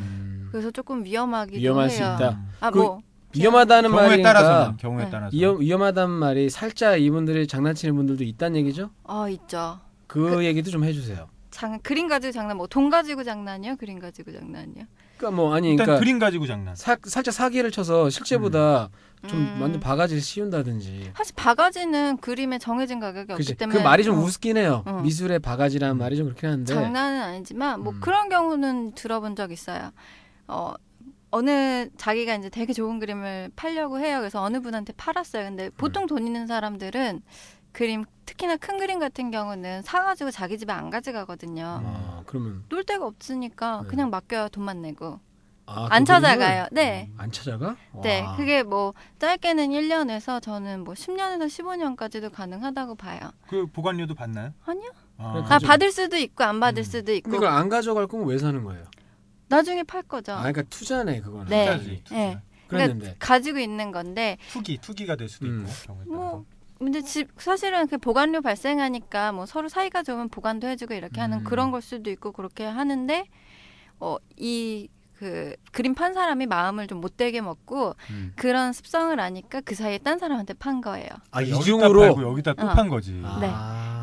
Speaker 8: 그래서 조금 위험하기도
Speaker 4: 음. 위험할
Speaker 8: 해요.
Speaker 4: 수 있다. 그
Speaker 8: 아뭐
Speaker 4: 위험하다는
Speaker 6: 경우에
Speaker 4: 말이니까
Speaker 6: 따라서는, 경우에 네. 따라서.
Speaker 4: 위험 위험하다는 말이 살짝 이분들이 장난치는 분들도 있다는 얘기죠?
Speaker 8: 아, 있죠.
Speaker 4: 그, 얘기도 좀 해주세요.
Speaker 8: 장 그림 가지고 장난 뭐 돈 가지고 장난이요? 그림 가지고 장난이요?
Speaker 4: 그러니까 뭐 아니
Speaker 6: 일단
Speaker 4: 그러니까
Speaker 6: 그림 가지고 장난.
Speaker 4: 사, 살짝 사기를 쳐서 실제보다
Speaker 8: 음.
Speaker 4: 좀 완전 바가지를 씌운다든지.
Speaker 8: 사실 바가지는 그림에 정해진 가격이 그러니까 없기
Speaker 4: 그치?
Speaker 8: 때문에
Speaker 4: 그 말이 좀
Speaker 8: 어,
Speaker 4: 우습긴 해요.
Speaker 8: 어.
Speaker 4: 미술의 바가지라는 말이 좀 그렇긴 한데.
Speaker 8: 장난은 아니지만
Speaker 4: 음.
Speaker 8: 뭐 그런 경우는 들어본 적 있어요. 어 어느 자기가 이제 되게 좋은 그림을 팔려고 해요. 그래서 어느 분한테 팔았어요.
Speaker 4: 음.
Speaker 8: 근데 보통 돈 있는 사람들은 그림 특히나 큰 그림 같은 경우는 사가지고 자기 집에 안 가져가거든요.
Speaker 4: 아, 그러면
Speaker 8: 놀 데가 없으니까 그냥 맡겨요. 돈만 내고.
Speaker 4: 네. 아,
Speaker 8: 안
Speaker 4: 그 그림을?
Speaker 8: 찾아가요. 네.
Speaker 4: 안 찾아가?
Speaker 8: 네,
Speaker 4: 와.
Speaker 8: 그게 뭐 짧게는 1년에서 저는 뭐 10년에서 15년까지도 가능하다고 봐요.
Speaker 6: 그 보관료도 받나요?
Speaker 8: 아니요.
Speaker 6: 아,
Speaker 4: 그러니까
Speaker 8: 아, 받을 수도 있고 안
Speaker 4: 음.
Speaker 8: 받을 수도 있고.
Speaker 4: 근데 그걸 그러니까 안 가져갈 거면 왜 사는 거예요?
Speaker 8: 나중에 팔 거죠.
Speaker 4: 아, 그러니까 투자네 그거는.
Speaker 8: 네. 네.
Speaker 4: 그랬는데.
Speaker 8: 그러니까 가지고 있는 건데
Speaker 6: 투기 투기가 될
Speaker 4: 음.
Speaker 6: 수도 있고 경우에
Speaker 4: 네.
Speaker 8: 뭐 근데 집 사실은 그 보관료 발생하니까 뭐 서로 사이가 좋으면 보관도 해주고 이렇게
Speaker 4: 음.
Speaker 8: 하는 그런 걸 수도 있고 그렇게 하는데 어 이 그 그림 판 사람이 마음을 좀 못되게 먹고 그런 습성을 아니까 그 사이에 딴 사람한테 판 거예요.
Speaker 4: 아,
Speaker 6: 여기다
Speaker 4: 이중으로? 아.
Speaker 6: 팔고 여기다 또
Speaker 8: 어.
Speaker 6: 판 거지.
Speaker 8: 네.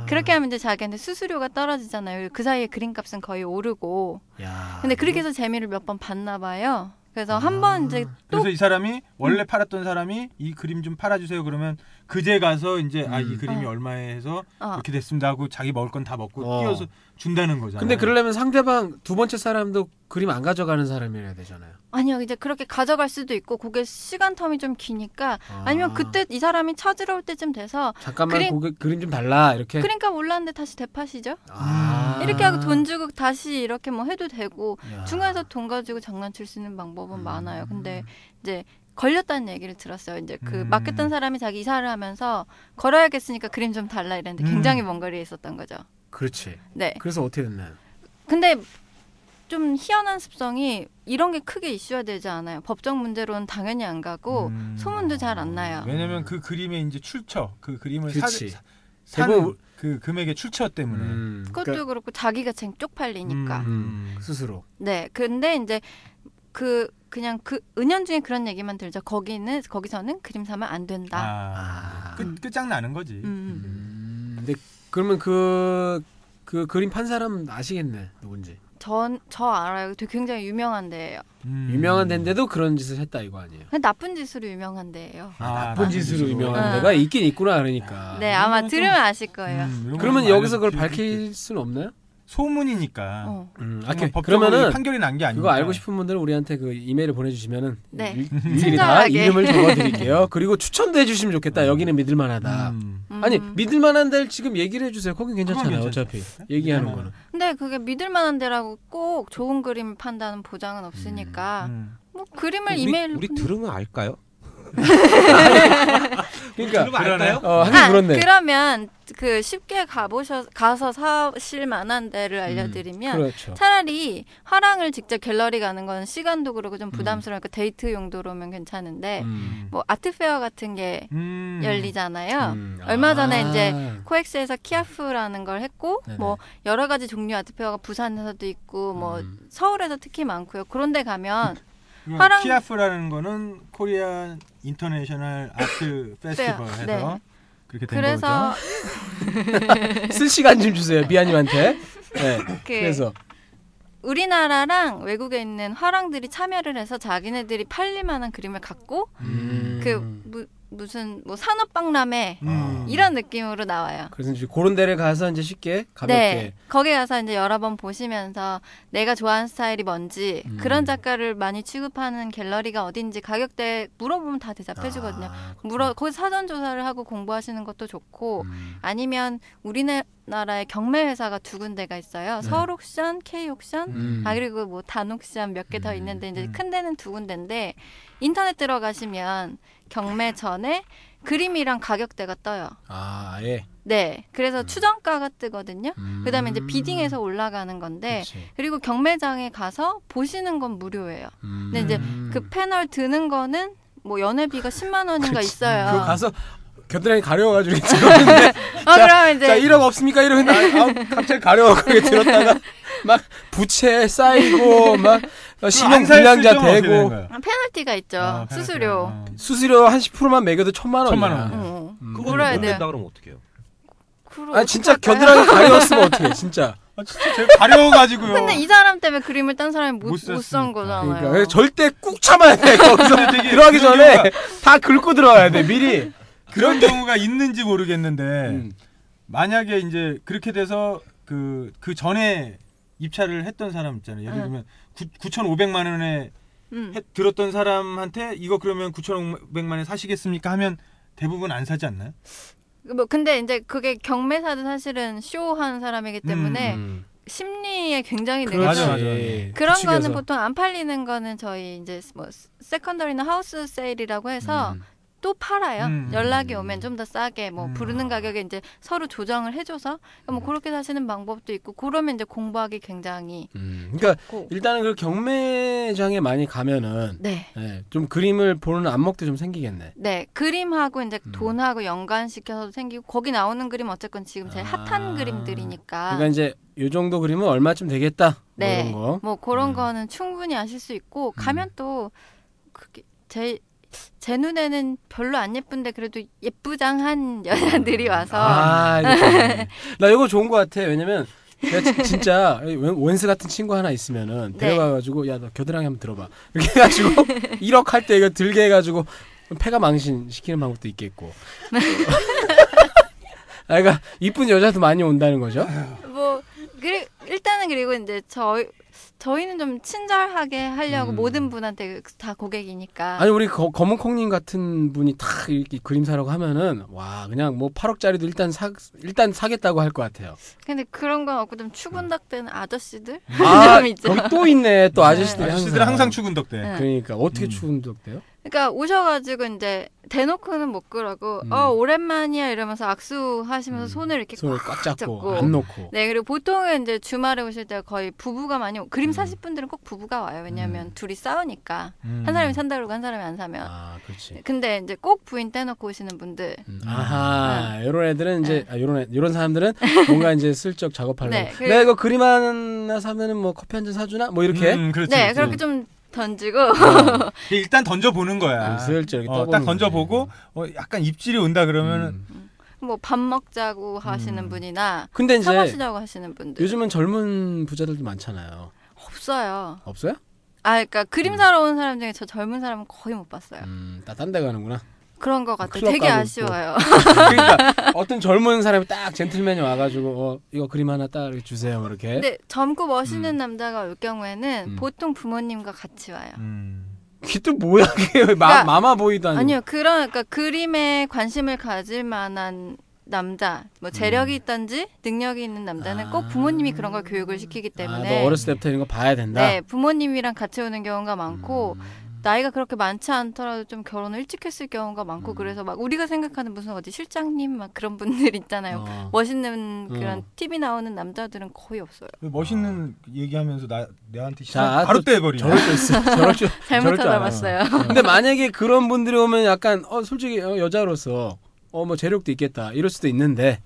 Speaker 8: 그렇게 하면 이제 자기한테 수수료가 떨어지잖아요. 그 사이에 그림값은 거의 오르고.
Speaker 6: 아,
Speaker 8: 근데 그렇게 해서 재미를 몇 번 봤나 봐요. 그래서 한 번 이제
Speaker 6: 그래서 이 사람이
Speaker 8: 음.
Speaker 6: 원래 팔았던 사람이 이 그림 좀 팔아주세요 그러면 그제 가서 이제 아
Speaker 4: 음.
Speaker 6: 이 그림이
Speaker 8: 어.
Speaker 6: 얼마에 해서
Speaker 8: 어.
Speaker 6: 이렇게 됐습니다 하고 자기 먹을 건 다 먹고
Speaker 4: 어.
Speaker 6: 띄워서 준다는 거잖아요.
Speaker 4: 근데 그러려면 상대방 두 번째 사람도 그림 안 가져가는 사람이어야 되잖아요.
Speaker 8: 아니요 이제 그렇게 가져갈 수도 있고 그게 시간 텀이 좀 기니까 아니면 그때 이 사람이 찾으러 올 때쯤 돼서
Speaker 4: 잠깐만
Speaker 8: 그림-
Speaker 4: 고객 그림 좀 달라
Speaker 6: 예.
Speaker 4: 이렇게.
Speaker 8: 그러니까 올랐는데 다시 대파시죠
Speaker 4: 아.
Speaker 8: 이렇게 하고 돈 주고 다시 이렇게 뭐 해도 되고 중간에서 돈 가지고 장난칠 수 있는 방법은 많아요 근데 이제 걸렸다는 얘기를 들었어요 이제 그 맡겼던 사람이 자기 이사를 하면서 걸어야겠으니까 그림 좀 달라 이랬는데 굉장히 먼 거리에 있었던 거죠
Speaker 4: 그렇지.
Speaker 8: 네
Speaker 4: 그래서 어떻게 됐나요?
Speaker 8: 근데 좀 희한한 습성이 이런 게 크게 이슈화 되지 않아요. 법적 문제로는 당연히 안 가고 소문도 잘 안 나요.
Speaker 6: 음. 왜냐면 그 그림의 이제 출처 그 그림을
Speaker 4: 그치.
Speaker 6: 사,
Speaker 4: 대부분-
Speaker 6: 산그 금액의 출처 때문에
Speaker 8: 그것도 그렇고 자기가 쟁 쪽팔리니까.
Speaker 4: 음, 스스로.
Speaker 8: 네. 근데 이제 그 그냥 그 은연중에 그런 얘기만 들죠. 거기는 거기서는 그림 사면 안 된다.
Speaker 6: 아, 끝 끝장나는 거지.
Speaker 8: 음.
Speaker 4: 음, 근데 그러면 그, 그 그림 판 사람 아시겠네 누군지.
Speaker 8: 전 저 알아요. 되게 굉장히 유명한 데예요.
Speaker 6: 음.
Speaker 4: 유명한 데인데도 그런 짓을 했다 이거 아니에요.
Speaker 8: 근데 나쁜 짓으로 유명한 데예요.
Speaker 6: 아,
Speaker 4: 나쁜 짓으로 유명한
Speaker 8: 아.
Speaker 4: 데가 있긴 있구나 그러니까. 음,
Speaker 6: 음,
Speaker 8: 네, 아마 들으면 아실 거예요.
Speaker 4: 그러면 여기서 그걸 밝힐 수는 없나요?
Speaker 6: 소문이니까.
Speaker 8: 어.
Speaker 4: 음,
Speaker 6: 정말
Speaker 4: 아, 그-
Speaker 6: 뭐 법적으로
Speaker 4: 그러면은
Speaker 6: 판결이 난 게 아니니까.
Speaker 4: 그거 알고 싶은 분들은 우리한테 그 이메일을 보내주시면은
Speaker 8: 네.
Speaker 4: 일-
Speaker 8: 음.
Speaker 4: 일일이 다
Speaker 8: 친절하게.
Speaker 4: 이름을 적어드릴게요. 그리고 추천도 해주시면
Speaker 6: 음.
Speaker 4: 좋겠다. 여기는 믿을만하다.
Speaker 8: 음.
Speaker 4: 아니 믿을만한 데를 지금 얘기를 해주세요. 거긴 괜찮잖아요.
Speaker 6: 그건 음.
Speaker 4: 어차피 얘기하는 거는.
Speaker 8: 근데 그게 믿을 만한 데라고 꼭 좋은 그림 판다는
Speaker 4: 음,
Speaker 8: 보장은 없으니까 뭐 그림을
Speaker 5: 우리,
Speaker 8: 이메일로
Speaker 5: 우리
Speaker 8: 보내-
Speaker 5: 들으면 알까요?
Speaker 4: 그러니까
Speaker 5: 들으면 알까요?
Speaker 4: 어, 하긴
Speaker 8: 아,
Speaker 4: 그렇네.
Speaker 8: 그러면 그 쉽게 가보셔 가서 사실 만한 데를 알려드리면
Speaker 4: 음, 그렇죠.
Speaker 8: 차라리 화랑을 직접 갤러리 가는 건 시간도 그렇고
Speaker 4: 음.
Speaker 8: 좀 부담스러우니까 데이트 용도로면 괜찮은데 뭐 아트페어 같은 게
Speaker 6: 음.
Speaker 4: 음.
Speaker 8: 열리잖아요. 얼마 전에
Speaker 1: 아.
Speaker 8: 이제 코엑스에서 키아프라는 걸 했고 뭐 여러 가지 종류 아트페어가 부산에서도 있고 뭐
Speaker 6: 음.
Speaker 8: 서울에서 특히 많고요. 그런데 가면 화랑-
Speaker 6: 키아프라는 거는 코리안 인터내셔널 아트 페스티벌에서
Speaker 8: 네.
Speaker 6: 그렇게 된
Speaker 8: 그래서
Speaker 6: 거죠.
Speaker 4: 쓸 시간 좀 주세요. 미아님한테. 네. 그래서
Speaker 8: 우리나라랑 외국에 있는 화랑들이 참여를 해서 자기네들이 팔릴 만한 그림을 갖고 그
Speaker 6: 음.
Speaker 4: 음.
Speaker 8: 무, 무슨 뭐 산업박람회 이런 느낌으로 나와요.
Speaker 4: 그래서 이제 그런 데를 가서 이제 쉽게 가볍게
Speaker 8: 네, 거기 가서 이제 여러 번 보시면서 내가 좋아하는 스타일이 뭔지
Speaker 6: 음.
Speaker 8: 그런 작가를 많이 취급하는 갤러리가 어딘지 가격대 물어보면 다 네.
Speaker 6: 아.
Speaker 8: 대답해주거든요.
Speaker 4: 아,
Speaker 8: 물어 거기 사전 조사를 하고 공부하시는 것도
Speaker 4: 음.
Speaker 8: 좋고 아니면 우리나라의 경매 회사가 두 군데가
Speaker 4: 네.
Speaker 8: 있어요. 서울옥션, K옥션,
Speaker 1: 음.
Speaker 8: 아 그리고 뭐 단옥션 몇 개 더 있는데
Speaker 4: 음.
Speaker 8: 이제 큰 데는 두 군데인데 인터넷 들어가시면 경매 전에 그림이랑 가격대가 떠요.
Speaker 4: 아 예.
Speaker 8: 네, 그래서 추정가가 뜨거든요. 그다음에 이제 비딩에서 올라가는 건데, 그리고 경매장에 가서 보시는 건 무료예요.
Speaker 4: 음.
Speaker 8: 근데 이제 그 패널 드는 거는 뭐 연회비가 10만 원인가 있어요.
Speaker 4: 그거 가서 겨드랑이 가려워가지고 들었는데
Speaker 8: 어,
Speaker 4: 자,
Speaker 8: 그럼 이제-
Speaker 4: 자 1억 없습니까? 이러고 했는데 아,
Speaker 8: 네.
Speaker 4: 아, 갑자기 가려워가지고 들었다가 막 부채 쌓이고 막 신용
Speaker 6: 안살수
Speaker 4: 불량자
Speaker 6: 있으면 어떻게 되는
Speaker 4: 되고
Speaker 6: 거예요?
Speaker 8: 아, 페널티가 있죠. 수수료.
Speaker 6: 어.
Speaker 4: 수수료 한 10%만 매겨도 천만 원이야.
Speaker 6: 천만
Speaker 8: 어.
Speaker 5: 그거
Speaker 8: 물어야 돼요. 음.
Speaker 5: 된다 그러면 어떡해요?
Speaker 8: 그럼
Speaker 4: 아 진짜
Speaker 8: 어떡할까요?
Speaker 4: 겨드랑이 가려웠으면 어떡해 진짜.
Speaker 6: 아 진짜 제가 가려워가지고요.
Speaker 8: 근데 이 사람 때문에 그림을 딴 사람이
Speaker 4: 못
Speaker 8: 못못산 거잖아요.
Speaker 4: 그러니까 그래서 절대 꾹 참아야 돼. 거기서
Speaker 6: 되게
Speaker 4: 들어가기
Speaker 6: 그런
Speaker 4: 전에
Speaker 6: 경우가-
Speaker 4: 다 긁고 들어와야 돼 미리.
Speaker 6: 그런 경우가 있는지 모르겠는데
Speaker 8: 네.
Speaker 4: 음.
Speaker 6: 만약에 이제 그렇게 돼서 그 그 전에 입찰을 했던 사람 있잖아요. 예를
Speaker 8: 응.
Speaker 6: 들면 9,500만 원에
Speaker 8: 음.
Speaker 6: 해- 들었던 사람한테 이거 그러면 9,500만 원에 사시겠습니까 하면 대부분 안 사지 않나요?
Speaker 8: 뭐 근데 이제 그게 경매사도 사실은 쇼하는 사람이기 때문에
Speaker 6: 음.
Speaker 8: 심리에 굉장히
Speaker 4: 그렇죠.
Speaker 6: 그렇지. 맞아,
Speaker 8: 능해요.
Speaker 6: 맞아.
Speaker 8: 네. 그런
Speaker 6: 추측해서.
Speaker 8: 거는 보통 안 팔리는 거는 저희 이제 뭐 스- 세컨더리나 하우스 세일이라고 해서 또 팔아요.
Speaker 1: 음.
Speaker 8: 연락이 오면 좀 더 싸게 뭐 부르는 가격에 이제 서로 조정을 해줘서 뭐 그렇게 사시는 방법도 있고 그러면 이제 공부하기 굉장히
Speaker 4: 그러니까 일단은 그 경매장에 많이 가면은
Speaker 8: 네.
Speaker 4: 예, 좀 그림을 보는 안목도 좀 생기겠네.
Speaker 8: 네 그림하고 이제
Speaker 4: 음.
Speaker 8: 돈하고 연관시켜서도 생기고 거기 나오는 그림 어쨌건 지금 제일 핫한 그림들이니까
Speaker 4: 아. 그러니까 이제 요 정도 그림은 얼마쯤 되겠다. 뭐
Speaker 8: 아. 네.
Speaker 4: 이런 거. 음.
Speaker 8: 뭐 그런 거는 충분히 아실 수 있고 가면 또 그게 제, 제 눈에는 별로 안 예쁜데 그래도 예쁘장한 여자들이 와서
Speaker 4: 아, 이거 나 이거 좋은 거 같아. 왜냐면 내가 지- 진짜 원- 원스 같은 친구 하나 있으면은
Speaker 8: 네.
Speaker 4: 데려가가지고 야 너 겨드랑이 한번 들어봐 이렇게 해가지고 1억 할 때 이거 들게 해가지고 폐가 망신 시키는 방법도 있겠고.
Speaker 8: 네.
Speaker 4: 아, 그러니까 이쁜 여자도 많이 온다는 거죠.
Speaker 8: 뭐 그리, 일단은 그리고 이제 저희 저희는 좀 친절하게 하려고 모든 분한테 다 고객이니까
Speaker 4: 음. 아니 우리 거, 검은 콩님 같은 분이 탁 이렇게 그림 사라고 하면은 와 그냥 뭐 8억짜리도 일단 사 일단 사겠다고 할 것 같아요.
Speaker 8: 근데 그런 건 없고 좀
Speaker 4: 음.
Speaker 8: 추근덕대는 아저씨들
Speaker 4: 아
Speaker 8: 좀 있죠.
Speaker 4: 거기 또 있네 또 아저씨들이
Speaker 6: 아저씨들은 항상 음. 추근덕대.
Speaker 8: 네.
Speaker 4: 그러니까 어떻게 추근덕대요?
Speaker 8: 그러니까 오셔가지고 이제 대놓고는 못 그러고
Speaker 4: 음.
Speaker 8: 어 오랜만이야 이러면서 악수 하시면서 손을 이렇게
Speaker 4: 손을 꽉
Speaker 8: 꽉,
Speaker 4: 잡고,
Speaker 8: 잡고,
Speaker 4: 안 놓고.
Speaker 8: 네 그리고 보통은 이제 주말에 오실 때 거의 부부가 많이 오, 그림 사실 분들은 꼭 부부가 와요 왜냐하면 둘이 싸우니까
Speaker 4: 음.
Speaker 8: 한 사람이 산다 그러고 한 사람이 안 사면
Speaker 4: 아 그렇지. 음,
Speaker 8: 근데 이제 꼭 부인 떼놓고 오시는 분들
Speaker 4: 아하
Speaker 8: 네.
Speaker 4: 이런 애들은 이제 아, 이런 애, 이런 사람들은 뭔가 이제 슬쩍 작업하려고
Speaker 8: 네, 그리고-
Speaker 4: 내가 이거 그림 하나 사면은 뭐 커피 한 잔 사주나 뭐 이렇게
Speaker 6: 음.
Speaker 8: 네 그렇게 좀 던지고
Speaker 6: 일단 던져 보는 거야.
Speaker 4: 음, 슬쩍 이렇게
Speaker 6: 아. 어,
Speaker 4: 떠보는
Speaker 6: 딱 던져 보고 어, 약간 입질이 온다 그러면은
Speaker 8: 뭐 밥 먹자고 하시는 분이나
Speaker 4: 음. 근데 이제
Speaker 8: 차 마시자고 하시는 분들
Speaker 4: 요즘은 젊은 부자들도 많잖아요.
Speaker 8: 없어요
Speaker 4: 없어요?
Speaker 8: 아 그러니까 그림 사러 온 사람 중에 저 젊은 사람은 거의 못 봤어요
Speaker 4: 음, 나딴데 가는구나.
Speaker 8: 그런 것 같아요.
Speaker 4: 클럽
Speaker 8: 되게
Speaker 4: 가고
Speaker 8: 아쉬워요.
Speaker 4: 있고. 그러니까 어떤 젊은 사람이 딱 젠틀맨이 와가지고 어, 이거 그림 하나 딱 이렇게 주세요 뭐 이렇게.
Speaker 8: 근데 젊고 멋있는 남자가 올 경우에는
Speaker 4: 음.
Speaker 8: 보통 부모님과 같이 와요.
Speaker 6: 음.
Speaker 4: 그게 또 뭐야 그게 마,
Speaker 8: 그러니까-
Speaker 4: 마마보이도 아니고.
Speaker 8: 아니요, 그런 그러니까 그림에 관심을 가질 만한 남자, 뭐
Speaker 4: 음.
Speaker 8: 재력이 있던지 능력이 있는 남자는 꼭 부모님이 그런 걸 교육을 시키기
Speaker 4: 아,
Speaker 8: 때문에
Speaker 4: 너 어렸을 때부터 이런 거 봐야 된다. 음.
Speaker 8: 네, 부모님이랑 같이 오는 경우가 많고 나이가 그렇게 많지 않더라도 좀 결혼을 일찍 했을 경우가 많고
Speaker 4: 음.
Speaker 8: 그래서 막 우리가 생각하는 무슨 어디 실장님 막 그런 분들 있잖아요.
Speaker 6: 어.
Speaker 8: 멋있는 그런
Speaker 6: 어.
Speaker 8: TV 나오는 남자들은 거의 없어요.
Speaker 6: 멋있는 얘기하면서 나 내한테
Speaker 4: 자, 아,
Speaker 6: 시선 바로
Speaker 4: 또
Speaker 6: 떼버리네.
Speaker 4: 저럴 줄 있어. 저럴 줄.
Speaker 8: 잘못
Speaker 4: 저럴 줄 알아요.
Speaker 8: 알아봤어요.
Speaker 4: 근데 만약에 그런 분들이 오면 약간 어 솔직히 어, 여자로서 어 뭐 재력도 있겠다 이럴 수도 있는데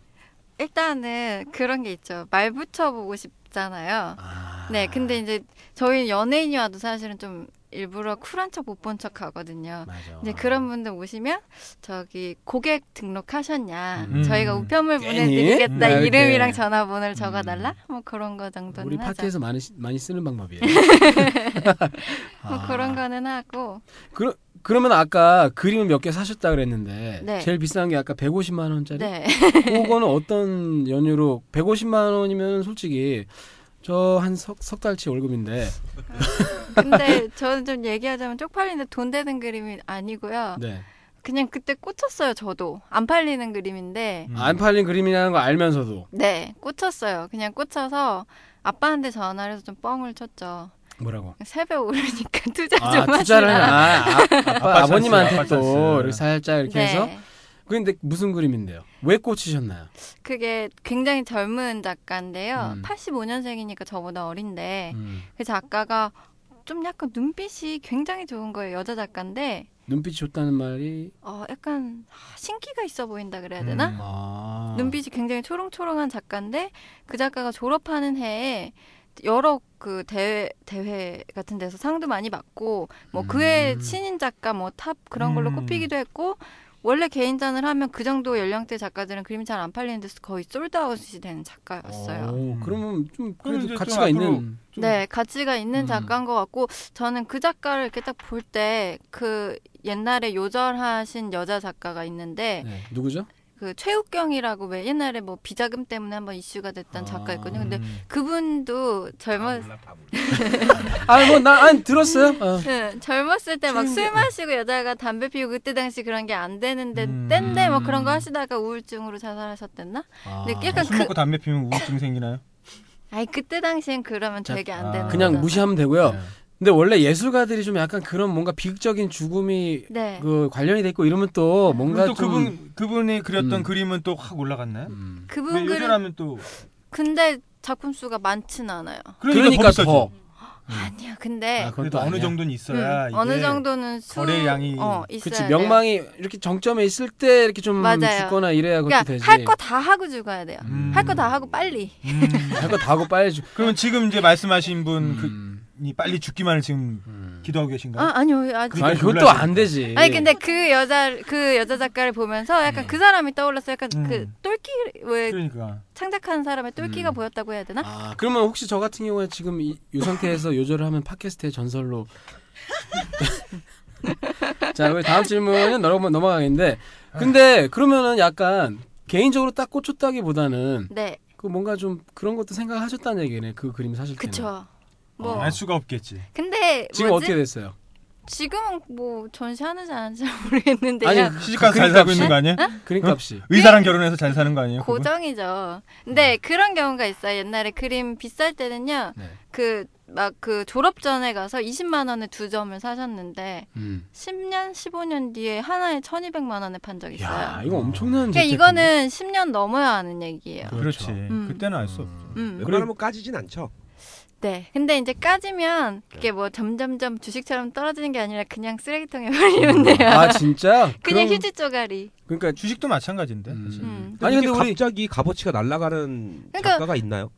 Speaker 8: 일단은 그런 게 있죠. 말 붙여보고 싶잖아요. 네, 근데 이제 저희 연예인이 와도 사실은 좀 일부러 쿨한 척 못 본 척 하거든요. 이제
Speaker 4: 아.
Speaker 8: 그런 분들 오시면 저기 고객 등록하셨냐,
Speaker 4: 음.
Speaker 8: 저희가 우편물
Speaker 4: 괜히? 음,
Speaker 8: 보내드리겠다
Speaker 4: 아, 이렇게.
Speaker 8: 이름이랑 전화번호를 적어달라, 뭐 그런 거 정도는
Speaker 4: 우리
Speaker 8: 하죠.
Speaker 4: 파티에서 많이 시- 많이 쓰는 방법이에요.
Speaker 8: 뭐
Speaker 4: 아.
Speaker 8: 그런 거는 하고
Speaker 4: 그러, 그러면 아까 그림을 몇 개 사셨다 그랬는데
Speaker 8: 네.
Speaker 4: 제일 비싼 게 아까 150만 원짜리.
Speaker 8: 네.
Speaker 4: 그거는 어떤 연유로 150만 원이면 솔직히 저 한 석 석 달치 월급인데.
Speaker 8: 근데 저는 좀 얘기하자면 쪽팔리는데 돈 되는 그림이 아니고요.
Speaker 4: 네.
Speaker 8: 그냥 그때 꽂혔어요, 저도. 안 팔리는
Speaker 6: 음.
Speaker 8: 그림인데.
Speaker 4: 안 팔린 그림이라는 걸 알면서도
Speaker 8: 네, 꽂혔어요. 그냥 꽂혀서 아빠한테 전화를 해서 좀 뻥을 쳤죠.
Speaker 4: 뭐라고?
Speaker 8: 세배 오르니까 투자
Speaker 4: 아,
Speaker 8: 좀
Speaker 4: 투자를
Speaker 8: 하시라.
Speaker 4: 아, 아, 아빠,
Speaker 6: 찬스,
Speaker 4: 아버님한테
Speaker 6: 아빠
Speaker 4: 또
Speaker 6: 찬스.
Speaker 4: 이렇게 살짝 이렇게
Speaker 8: 네.
Speaker 4: 해서 근데 무슨 그림인데요? 왜 꽂히셨나요?
Speaker 8: 그게 굉장히 젊은 작가인데요.
Speaker 4: 음.
Speaker 8: 85년생이니까 저보다 어린데
Speaker 4: 음.
Speaker 8: 그 작가가 좀 약간 눈빛이 굉장히 좋은 거예요. 여자 작가인데
Speaker 4: 눈빛이 좋다는 말이
Speaker 8: 어, 약간 신기가 있어 보인다 그래야 되나?
Speaker 6: 음.
Speaker 4: 아.
Speaker 8: 눈빛이 굉장히 초롱초롱한 작가인데 그 작가가 졸업하는 해에 여러 그 대회 대회 같은 데서 상도 많이 받고 뭐 그해 신인 작가 뭐 탑 그런 걸로 꼽히기도 했고 원래 개인전을 하면 그 정도 연령대 작가들은 그림이 잘 안 팔리는데 거의 솔드아웃이 되는 작가였어요.
Speaker 4: 오,
Speaker 6: 음.
Speaker 4: 그러면 좀
Speaker 6: 그럼
Speaker 4: 그래도
Speaker 6: 이제 좀
Speaker 4: 가치가
Speaker 6: 앞으로
Speaker 4: 있는
Speaker 8: 네, 가치가 있는 작가인 것 같고 저는 그 작가를 이렇게 딱 볼 때 그 옛날에 요절하신 여자 작가가 있는데
Speaker 4: 네, 누구죠?
Speaker 8: 그 최욱경이라고 왜 옛날에 뭐 비자금 때문에 한번 이슈가 됐던 작가 있거든요.
Speaker 4: 아.
Speaker 8: 근데 뭐그 그분도
Speaker 6: 아,
Speaker 8: 젊었
Speaker 4: 아뭐나 아니, 들었어요.
Speaker 8: 네.
Speaker 4: 어.
Speaker 8: 응, 젊었을 때 막 술 마시고 여자가 담배 피우고 그때 당시 그런 게 안 되는데
Speaker 4: 음.
Speaker 8: 땐데 뭐 그런 거 하시다가 우울증으로 자살하셨댔나?
Speaker 6: 아.
Speaker 4: 아,
Speaker 8: 근데 약간
Speaker 6: 술
Speaker 8: 그
Speaker 6: 먹고 담배 피면 우울증 생기나요?
Speaker 8: 아니 그때 당시엔 그러면 되게 안 되는
Speaker 4: 그냥
Speaker 8: 거잖아.
Speaker 4: 무시하면 되고요. 근데 원래 예술가들이 좀 약간 그런 뭔가 비극적인 죽음이
Speaker 8: 네.
Speaker 4: 그 관련이 돼 있고 이러면 또 뭔가
Speaker 6: 그럼 또
Speaker 4: 좀
Speaker 6: 그분 그분이 그렸던
Speaker 4: 음.
Speaker 6: 그림은 또 확 올라갔나요?
Speaker 8: 그분
Speaker 6: 근데
Speaker 8: 그림
Speaker 6: 요즘하면 또
Speaker 8: 근데 작품 수가 많진 않아요.
Speaker 4: 그러니까
Speaker 6: 더 비싸지.
Speaker 4: 더
Speaker 8: 아니야. 근데
Speaker 4: 아, 그건
Speaker 6: 그래도
Speaker 4: 또
Speaker 6: 어느
Speaker 4: 아니야.
Speaker 6: 정도는 있어야
Speaker 8: 음,
Speaker 6: 이게
Speaker 8: 어느 정도는 수
Speaker 6: 거래량이-
Speaker 8: 어,
Speaker 4: 그치
Speaker 8: 있어야 돼요.
Speaker 4: 명망이 이렇게 정점에 있을 때 이렇게 좀
Speaker 8: 맞아요.
Speaker 4: 죽거나 이래야 그것도
Speaker 8: 그러니까
Speaker 4: 되지. 음.
Speaker 8: 할 거 다 하고 죽어야 돼요. 할 거 다 하고 빨리.
Speaker 4: 할 거 다 하고 빨리 죽.
Speaker 6: 음. 그럼 지금 이제 말씀하신
Speaker 4: 음.
Speaker 6: 분이 빨리 죽기만을 지금 기도하고 계신가요?
Speaker 8: 아 아니요 아직.
Speaker 4: 아니 네? 그것도
Speaker 6: 몰라요.
Speaker 4: 안 되지.
Speaker 8: 아니 근데 그 여자 그 여자 작가를 보면서 약간
Speaker 4: 네.
Speaker 8: 그 사람이 떠올랐어요. 약간
Speaker 4: 음.
Speaker 8: 그 똘끼 왜
Speaker 6: 그러니까
Speaker 8: 창작한 사람의 똘끼가 보였다고 해야 되나?
Speaker 4: 아, 그러면 혹시 저 같은 경우에 지금 이, 이 상태에서 요절을 하면 팟캐스트의 전설로 자 우리 다음 질문은 넘어 넘어가겠는데 근데 그러면은 약간 개인적으로 딱 꽂혔다기보다는
Speaker 8: 네,
Speaker 4: 그 뭔가 좀 그런 것도 생각하셨다는 얘기네 그 그림 사실 때는
Speaker 8: 그쵸. 뭐
Speaker 6: 알 수가 없겠지.
Speaker 8: 근데
Speaker 4: 아, 지금
Speaker 8: 뭐지?
Speaker 4: 어떻게 됐어요?
Speaker 8: 지금은 뭐 전시하는지 안 하는지 잘 모르겠는데요.
Speaker 4: 그러니까
Speaker 6: 시집가서 잘 살고 있는 거 아니야?
Speaker 4: 그림값이
Speaker 6: 의사랑 결혼해서 잘 사는 거 아니에요? 그분?
Speaker 8: 어? 네. 고정이죠.
Speaker 4: 음.
Speaker 8: 근데 그런 경우가 있어요. 옛날에 그림 비쌀 때는요.
Speaker 4: 네.
Speaker 8: 그 막 그 졸업 전에 가서 20만 원에 두 점을 사셨는데
Speaker 4: 음.
Speaker 8: 10년, 15년 뒤에 하나에 1,200만 원에 판 적이 있어요.
Speaker 4: 야 이거 엄청난
Speaker 8: 그러니까
Speaker 4: 재테크인데?
Speaker 8: 이거는 10년 넘어야 하는 얘기예요.
Speaker 4: 그렇죠.
Speaker 6: 그렇지. 그때는 알 수 없죠.
Speaker 5: 네.
Speaker 8: 음.
Speaker 5: 웬만하면 까지진 않죠.
Speaker 8: 네. 근데 이제 까지면 그게 뭐 점점점 주식처럼 떨어지는 게 아니라 그냥 쓰레기통에
Speaker 5: 음.
Speaker 8: 버리면 돼요.
Speaker 4: 아 진짜?
Speaker 8: 그냥
Speaker 4: 그럼-
Speaker 8: 휴지 쪼가리.
Speaker 4: 그러니까 주-
Speaker 6: 주식도 마찬가지인데. 사실.
Speaker 8: 음.
Speaker 4: 아니 근데
Speaker 5: 이게
Speaker 4: 우리
Speaker 5: 갑자기 값어치가 날아가는
Speaker 8: 그러니까-
Speaker 5: 작가가 있나요?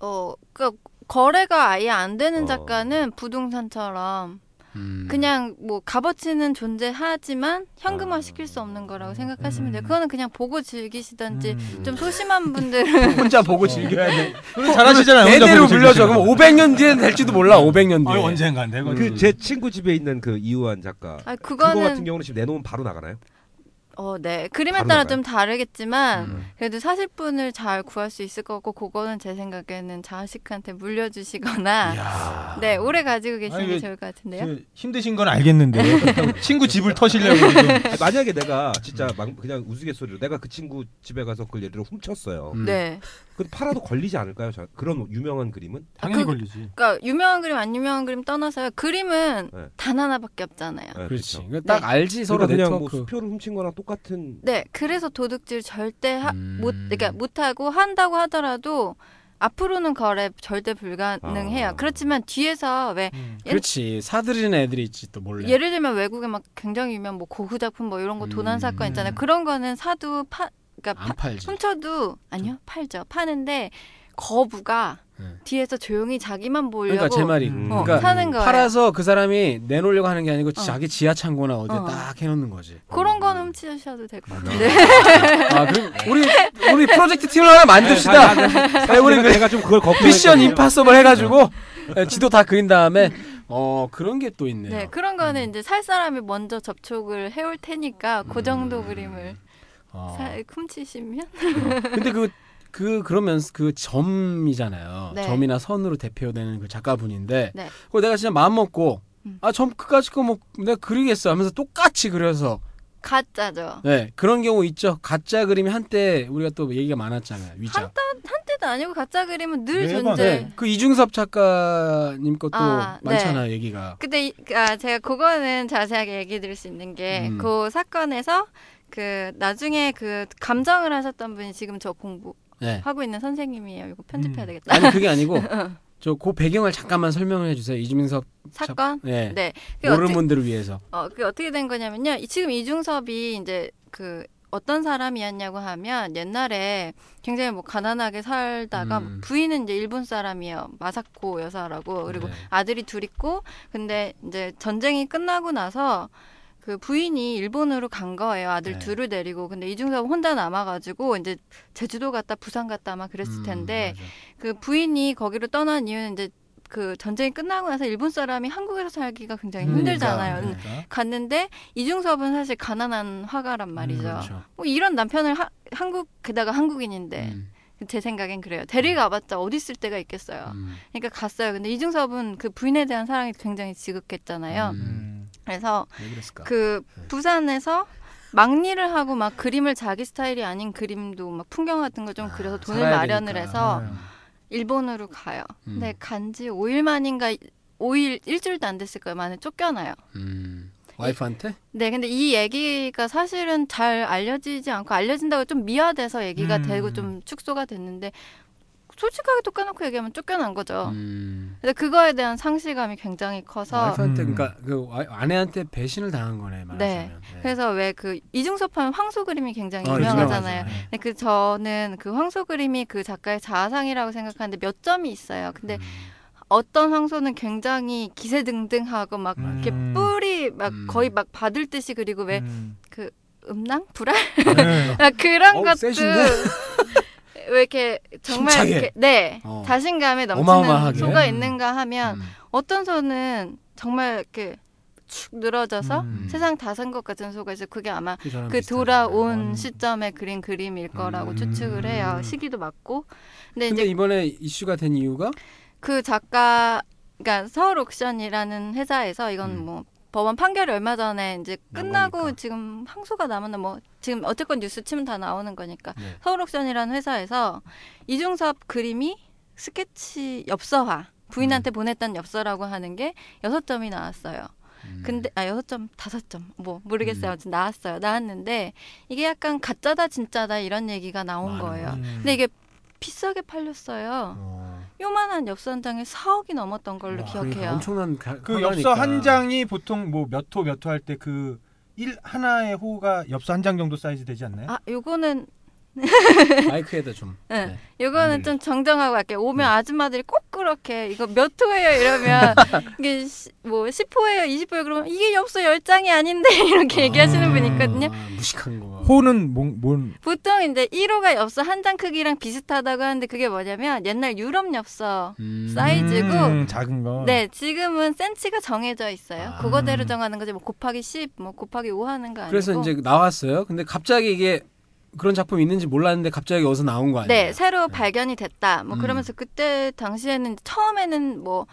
Speaker 5: 어.
Speaker 8: 어, 그 거래가 아예 안 되는 작가는 부동산처럼
Speaker 6: 음.
Speaker 5: 음.
Speaker 8: 그냥 뭐 값어치는 존재하지만
Speaker 5: 아.
Speaker 8: 현금화 시킬 수 없는 거라고 생각하시면
Speaker 5: 음.
Speaker 8: 돼요. 그거는 그냥 보고 즐기시던지 좀 소심한 분들은
Speaker 4: 혼자 보고 즐겨야 돼.
Speaker 6: 음. 어. 그럼 잘하시잖아요, 혼자
Speaker 4: 대대로
Speaker 6: 보고
Speaker 4: 물려줘.
Speaker 6: 즐기시면.
Speaker 4: 그럼 500년 뒤엔 될지도 몰라. 500년 뒤에.
Speaker 6: 아유, 언젠간 되거든.
Speaker 5: 그제 친구 집에 있는 그 이우한 작가.
Speaker 8: 아,
Speaker 5: 그거
Speaker 8: 그거는-
Speaker 5: 같은 경우는 지금 내놓으면 바로 나가나요?
Speaker 8: 어, 네. 그림에
Speaker 5: 바로
Speaker 8: 따라
Speaker 5: 나가요? 음.
Speaker 8: 좀 다르겠지만
Speaker 4: 음.
Speaker 8: 그래도 사실 분을 잘 구할 수 있을 것 같고 그거는 제 생각에는 자식한테 물려주시거나 네 오래 가지고 계시는
Speaker 6: 아니,
Speaker 8: 게
Speaker 6: 왜
Speaker 8: 좋을 것 같은데요.
Speaker 4: 그
Speaker 6: 저 힘드신 건 알겠는데 친구 집을 터시려고
Speaker 8: 그
Speaker 6: 지금.
Speaker 5: 아니, 만약에 내가 진짜 막 그냥 우스갯소리로 내가 그 친구 집에 가서 그 예를 들어 훔쳤어요.
Speaker 8: 음. 네.
Speaker 5: 근데 팔아도 걸리지 않을까요? 저- 그런 유명한 그림은?
Speaker 6: 당연히 걸리지.
Speaker 8: 그러니까 유명한 그림 안 유명한 그림 떠나서요. 그림은
Speaker 5: 네.
Speaker 8: 단 하나밖에 없잖아요.
Speaker 5: 네,
Speaker 4: 음. 그렇지.
Speaker 5: 그쵸.
Speaker 4: 이거 딱
Speaker 8: 네.
Speaker 4: 알지 서로
Speaker 5: 그러니까 그냥 뭐
Speaker 4: 네트워크.
Speaker 5: 수표를 훔친 거랑 똑같은
Speaker 8: 네, 그래서 도둑질 절대
Speaker 4: 음.
Speaker 8: 하, 못, 그러니까 못 하고 한다고 하더라도 앞으로는 거래 절대 불가능해요.
Speaker 4: 아.
Speaker 8: 그렇지만 뒤에서 왜
Speaker 6: 음.
Speaker 8: 예,
Speaker 4: 그렇지. 사들이는 애들이 있지 또 몰래.
Speaker 8: 예를 들면 외국에 막 굉장히 유명한 뭐 고흐 작품 뭐 이런 거 도난 사건 있잖아요. 그런 거는 사도 파
Speaker 4: 음.
Speaker 8: 그러니까
Speaker 4: 안
Speaker 8: 파-
Speaker 4: 팔지.
Speaker 8: 훔쳐도
Speaker 4: 음.
Speaker 8: 아니요 팔죠 파는데 거부가 뒤에서 조용히 자기만 보려고
Speaker 4: 네. 그러니까 제 말이.
Speaker 8: 어,
Speaker 4: 그러니까
Speaker 8: 사는 거예요.
Speaker 4: 팔아서 그 사람이 내놓으려고 하는 게 아니고
Speaker 8: 어.
Speaker 4: 자기 지하 창고나 어디
Speaker 8: 어.
Speaker 4: 에딱 해놓는 거지.
Speaker 8: 그런 건
Speaker 4: 음.
Speaker 8: 훔치셔도 될 것 같아요.
Speaker 4: 아, 그럼 우리 우리 프로젝트 팀을 하나 만듭시다.
Speaker 5: 네, 사- 사-
Speaker 4: 네, 우리
Speaker 5: 사실은
Speaker 4: 그
Speaker 5: 내가 좀 그걸 걱정했거든요.
Speaker 4: 미션 임파서블 해가지고 네, 지도 다 그린 다음에 어 그런 게 또 있네. 음.
Speaker 8: 네, 그런 거는 이제 살 사람이 먼저 접촉을 해올 테니까
Speaker 4: 음.
Speaker 8: 그 정도 그림을
Speaker 4: 아. 어.
Speaker 8: 사, 훔치시면
Speaker 4: 근데 그, 그, 그러면서 그 점이잖아요.
Speaker 8: 네.
Speaker 4: 점이나 선으로 대표되는 그 작가분인데,
Speaker 8: 네.
Speaker 4: 그거 내가 진짜 마음먹고, 아, 점 끝까지 거 뭐, 내가 그리겠어 하면서 똑같이 그려서,
Speaker 8: 가짜죠.
Speaker 4: 네, 그런 경우 있죠. 가짜 그림이 한때 우리가 또 얘기가 많았잖아요. 위작.
Speaker 8: 한때도 아니고 가짜 그림은
Speaker 4: 네.
Speaker 8: 늘 존재.
Speaker 4: 그 이중섭 작가님 것도
Speaker 8: 아, 네.
Speaker 4: 많잖아요, 얘기가.
Speaker 8: 근데 이, 아, 제가 그거는 자세하게 얘기 드릴 수 있는 게
Speaker 4: 음.
Speaker 8: 그 사건에서 그 나중에 그 감정을 하셨던 분이 지금 저 공부
Speaker 4: 네. 음.
Speaker 8: 하고 있는 선생님이에요. 이거 편집해야 되겠다.
Speaker 4: 아니, 그게 아니고,
Speaker 8: 어,
Speaker 4: 저 그 배경을 잠깐만 설명을 해주세요. 이중섭
Speaker 8: 사건.
Speaker 4: 작- 네.
Speaker 8: 그게
Speaker 4: 모르는
Speaker 8: 어찌-
Speaker 4: 분들을 위해서.
Speaker 8: 어, 그게 어떻게 된 거냐면요. 이- 지금 이중섭이 이제 그 어떤 사람이었냐고 하면 옛날에 굉장히 뭐 가난하게 살다가
Speaker 1: 음.
Speaker 8: 부인은 이제 일본 사람이에요. 마사코 여사라고. 그리고
Speaker 4: 네.
Speaker 8: 아들이 둘 있고 근데 이제 전쟁이 끝나고 나서 그 부인이 일본으로 간 거예요.
Speaker 4: 네.
Speaker 8: 아들 둘을 데리고. 근데 이중섭 혼자 남아가지고 이제 제주도 갔다 부산 갔다 아마 그랬을
Speaker 4: 음,
Speaker 8: 텐데 그 부인이 거기로 떠난 이유는 이제 그 전쟁이 끝나고 나서 일본 사람이 한국에서 살기가 굉장히
Speaker 1: 음,
Speaker 8: 네, 힘들잖아요.
Speaker 1: 그러니까, 그러니까.
Speaker 8: 갔는데 이중섭은 사실 가난한 화가란
Speaker 4: 음,
Speaker 8: 말이죠.
Speaker 1: 그렇죠.
Speaker 8: 뭐 이런 남편을 하- 한국 게다가 한국인인데
Speaker 1: 음.
Speaker 4: 음,
Speaker 8: 제 생각엔 그래요. 데려가봤자 어디 있을 데가 있겠어요.
Speaker 1: 음.
Speaker 8: 그러니까 갔어요. 근데 이중섭은 그 부인에 대한 사랑이 굉장히
Speaker 1: 음.
Speaker 8: 지극했잖아요.
Speaker 4: 음.
Speaker 6: 음.
Speaker 8: 그래서 그
Speaker 1: 네.
Speaker 8: 부산에서 막리를 하고 막 그림을 자기 스타일이 아닌 그림도 막 풍경 같은 걸 좀 그려서 돈을
Speaker 1: 살아야
Speaker 8: 마련을
Speaker 1: 되니까. 네. 음.
Speaker 8: 해서 일본으로 가요. 근데 간지 5일 만인가 5일 일주일도 안 됐을 거예요. 만에 쫓겨나요.
Speaker 4: 음. 와이프한테?
Speaker 8: 네, 근데 이 얘기가 사실은 잘 알려지지 않고 알려진다고 좀 미화돼서 얘기가
Speaker 1: 음.
Speaker 8: 되고 좀 축소가 됐는데 솔직하게 또 까놓고 얘기하면 쫓겨난 거죠.
Speaker 1: 음.
Speaker 8: 근데 그거에 대한 상실감이 굉장히
Speaker 1: 아,
Speaker 8: 커서
Speaker 4: 와이프한테 그러니까 그 와- 아내한테 배신을 당한 거네 말하자면.
Speaker 8: 네. 그래서 왜 그 이중섭 하면 황소 그림이 굉장히
Speaker 4: 어,
Speaker 8: 유명하잖아요.
Speaker 4: 유명하죠.
Speaker 8: 근데 그 저는 그 황소 그림이 그 작가의 자아상이라고 생각하는데 몇 점이 있어요.
Speaker 4: 음.
Speaker 8: 근데
Speaker 1: 음.
Speaker 8: 어떤 황소는 굉장히 기세등등하고 막 이렇게
Speaker 1: 음.
Speaker 8: 뿔이 막 거의 막 받을 듯이 그리고 왜 그
Speaker 6: 음.
Speaker 8: 음낭 불알
Speaker 6: 네.
Speaker 8: 막 그런
Speaker 1: 어우,
Speaker 8: 것도
Speaker 1: 세신데?
Speaker 8: 왜 이렇게 정말
Speaker 1: 힘차게.
Speaker 8: 이렇게 네
Speaker 1: 어.
Speaker 8: 자신감에 넘치는
Speaker 1: 어마어마하게.
Speaker 8: 소가
Speaker 1: 음.
Speaker 8: 있는가 하면 어떤 소는 정말 이렇게 축 늘어져서
Speaker 1: 음.
Speaker 8: 세상 다 산 것 같은 소가 있어 요 그게 아마
Speaker 1: 그 사람
Speaker 8: 그,
Speaker 1: 비슷하네.
Speaker 8: 돌아온
Speaker 4: 음.
Speaker 8: 시점에 그린 그림일 거라고 추측을 해요 시기도 맞고 근데
Speaker 4: 근데
Speaker 8: 이제
Speaker 4: 이번에 이슈가 된 이유가
Speaker 8: 그 작가 그러니까 서울 옥션이라는 회사에서 이건 뭐 법원 판결이 얼마 전에 이제 끝나고 지금 항소가 남았나 뭐 지금 어쨌건 뉴스 치면 다 나오는 거니까 서울 옥션이라는 회사에서 이중섭 그림이 스케치 엽서화 부인한테 보냈던 엽서라고 하는 게 여섯 점이 나왔어요.
Speaker 4: 음.
Speaker 8: 근데 아 여섯 점 다섯 점 뭐 모르겠어요 아무튼 나왔어요 나왔는데 이게 약간 가짜다 진짜다 이런 얘기가 나온
Speaker 6: 음.
Speaker 8: 거예요 근데 이게 비싸게 팔렸어요 요만한 엽서 한 장에 4억이 넘었던 걸로 기억해요
Speaker 4: 그러니까 엄청난 가,
Speaker 6: 그
Speaker 8: 그러니까.
Speaker 6: 엽서 한 장이 보통 뭐 몇 호 몇 호 할 때 그 일 하나의 호가 엽서 한 장 정도 사이즈 되지 않나요?
Speaker 8: 아 요거는
Speaker 4: 마이크에다 좀.
Speaker 8: 응. 요거는 좀 정정하고 할게요.
Speaker 4: 네.
Speaker 8: 오면 아줌마들이 꼭 그렇게 이거 몇 호예요 이러면 이게 시, 뭐 10호예요, 20호예요 그러면 이게 엽서 10장이 아닌데 이렇게 얘기하시는 분이 있거든요.
Speaker 4: 아. 무식한 거.
Speaker 6: 호는 뭔? 뭔
Speaker 8: 보통 이제 1호가 엽서 한 장 크기랑 비슷하다고 하는데 그게 뭐냐면 옛날 유럽 엽서 사이즈고
Speaker 6: 음, 작은 거.
Speaker 8: 네, 지금은 센치가 정해져 있어요. 그거대로 정하는 거지 뭐 곱하기 10, 뭐 곱하기 5 하는 거 아니고.
Speaker 4: 아. 그래서 이제 나왔어요. 근데 갑자기 이게 그런 작품이 있는지 몰랐는데 갑자기 어디서 나온 거 아니에요?
Speaker 8: 네, 새로 발견이 됐다. 뭐
Speaker 4: 음.
Speaker 8: 그러면서 그때 당시에는 처음에는 뭐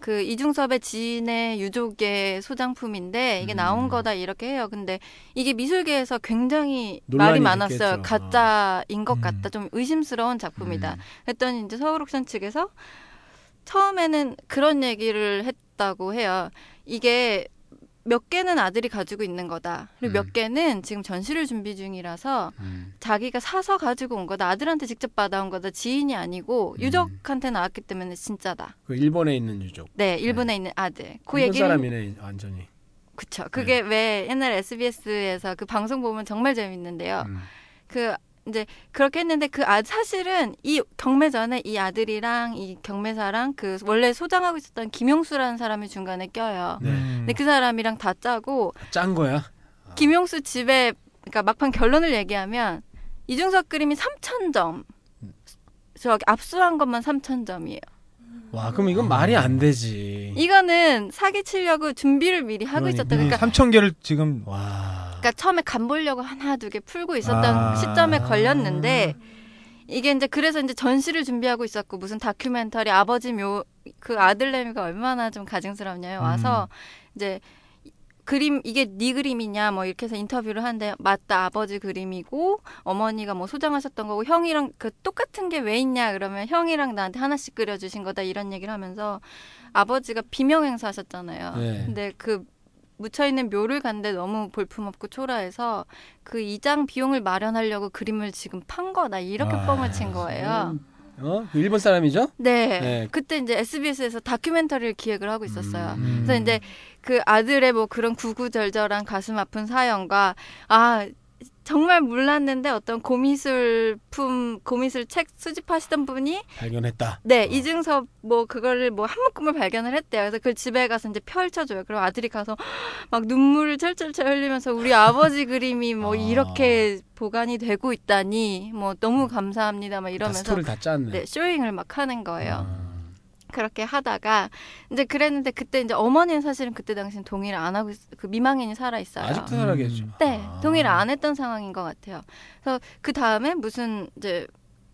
Speaker 8: 그 이중섭의 지인의 유족의 소장품인데
Speaker 4: 음.
Speaker 8: 이게 나온 거다 이렇게 해요. 근데 이게 미술계에서 굉장히
Speaker 4: 논란이
Speaker 8: 말이 많았어요.
Speaker 4: 됐겠죠. 음.
Speaker 8: 가짜인 것 같다. 좀 의심스러운 작품이다. 했더니 이제 서울옥션 측에서 처음에는 그런 얘기를 했다고 해요. 이게 몇 개는 아들이 가지고 있는 거다.
Speaker 4: 음.
Speaker 8: 그리고 몇 개는 지금 전시를 준비 중이라서 자기가 사서 가지고 온 거다. 아들한테 직접 받아온 거다. 지인이
Speaker 4: 음.
Speaker 8: 아니고 유적한테 나왔기 때문에 진짜다.
Speaker 4: 그 일본에 있는 유족.
Speaker 8: 네, 일본에 있는 아들. 그
Speaker 4: 일본
Speaker 8: 얘기를
Speaker 4: 사람이네 네. 완전히.
Speaker 8: 그쵸. 그게 왜 옛날 SBS에서 그 방송 보면 정말 재밌는데요.
Speaker 4: 음.
Speaker 8: 그 이제 그렇게 했는데 그 아, 사실은 이 경매 전에 이 아들이랑 이 경매사랑 그 원래 소장하고 있었던 김용수라는 사람이 중간에 껴요.
Speaker 4: 네.
Speaker 8: 근데 그 사람이랑 다 짜고
Speaker 4: 짠 거야.
Speaker 8: 김용수 집에 그러니까 막판 결론을 얘기하면 이중석 그림이 3천 점. 저기 압수한 것만 3천 점이에요.
Speaker 4: 와 그럼 이건 말이 안 되지.
Speaker 8: 이거는 사기 치려고 준비를 미리 하고 있었다. 그러니까
Speaker 6: 3천 개를 지금
Speaker 8: 그러니까 처음에 간 보려고 하나 두 개 풀고 있었던
Speaker 6: 아.
Speaker 8: 시점에 걸렸는데 이게 이제 그래서 이제 전시를 준비하고 있었고 무슨 다큐멘터리 아버지 묘 그 아들내미가 얼마나 좀 가증스럽냐에 와서 이제 그림 이게 네 그림이냐 뭐 이렇게 해서 인터뷰를 하는데 맞다 아버지 그림이고 어머니가 뭐 소장하셨던 거고 형이랑 그 똑같은 게 왜 있냐 그러면 형이랑 나한테 하나씩 그려주신 거다 이런 얘기를 하면서 아버지가 비명 행사하셨잖아요.
Speaker 4: 네.
Speaker 8: 근데 그 묻혀 있는 묘를 간데 너무 볼품없고 초라해서 그 이장 비용을 마련하려고 그림을 지금 판 거다 이렇게 뻥을 친 거예요.
Speaker 4: 어? 그 일본 사람이죠?
Speaker 8: 네.
Speaker 4: 네.
Speaker 8: 그때 이제 SBS에서 다큐멘터리를 기획을 하고 있었어요. 그래서 이제 그 아들의 뭐 그런 구구절절한 가슴 아픈 사연과 아 정말 몰랐는데 어떤 고미술품 고미술 책 수집하시던 분이
Speaker 4: 발견했다.
Speaker 8: 네 이중섭 뭐 그거를 뭐 한 묶음을 발견을 했대요. 그래서 그걸 집에 가서 이제 펼쳐줘요. 그럼 아들이 가서 막 눈물을 철철철 흘리면서 우리 아버지 그림이 뭐 이렇게 보관이 되고 있다니 뭐 너무 감사합니다. 막
Speaker 4: 다
Speaker 8: 이러면서
Speaker 4: 스토를 다 짰네. 아,
Speaker 8: 네, 아. 쇼잉을 막 하는
Speaker 4: 음.
Speaker 8: 거예요. 그렇게 하다가 이제 그랬는데 그때 이제 어머니는 사실은 그때 당시 동의를 안 하고 있, 그 미망인이 살아 있어요.
Speaker 4: 아직도 살아계죠.
Speaker 8: 네, 동의를 안 했던 상황인 것 같아요. 그래서 그 다음에 무슨 이제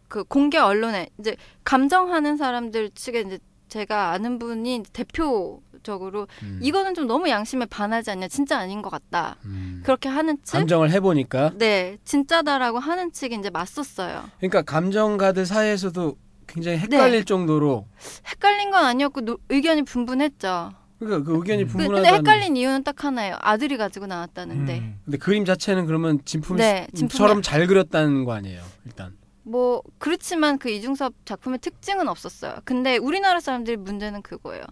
Speaker 8: 그 공개 언론에 이제 감정하는 사람들 측에 이제 제가 아는 분이 대표적으로
Speaker 4: 음,
Speaker 8: 이거는 좀 너무 양심에 반하지 않냐, 진짜 아닌 것 같다. 그렇게 하는 측,
Speaker 4: 음. 감정을 해보니까
Speaker 8: 네, 진짜다라고 하는 측이 이제 맞섰어요.
Speaker 4: 그러니까 감정가들 사이에서도 굉장히 헷갈릴
Speaker 8: 네.
Speaker 4: 정도로
Speaker 8: 헷갈린 건 아니었고 노- 의견이 분분했죠.
Speaker 4: 그러니까 그
Speaker 6: 음.
Speaker 4: 의견이
Speaker 8: 그-
Speaker 4: 분분하다는. 음.
Speaker 8: 근데 헷갈린 이유는 딱 하나예요. 아들이 가지고 나왔다는데.
Speaker 6: 음.
Speaker 4: 근데 그림 자체는 그러면
Speaker 8: 네,
Speaker 4: 진품처럼
Speaker 8: 진품이-
Speaker 4: 잘 그렸다는 거 아니에요? 일단
Speaker 8: 뭐 그렇지만 그 이중섭 작품의 특징은 없었어요. 근데 우리나라 사람들이 문제는 그거예요.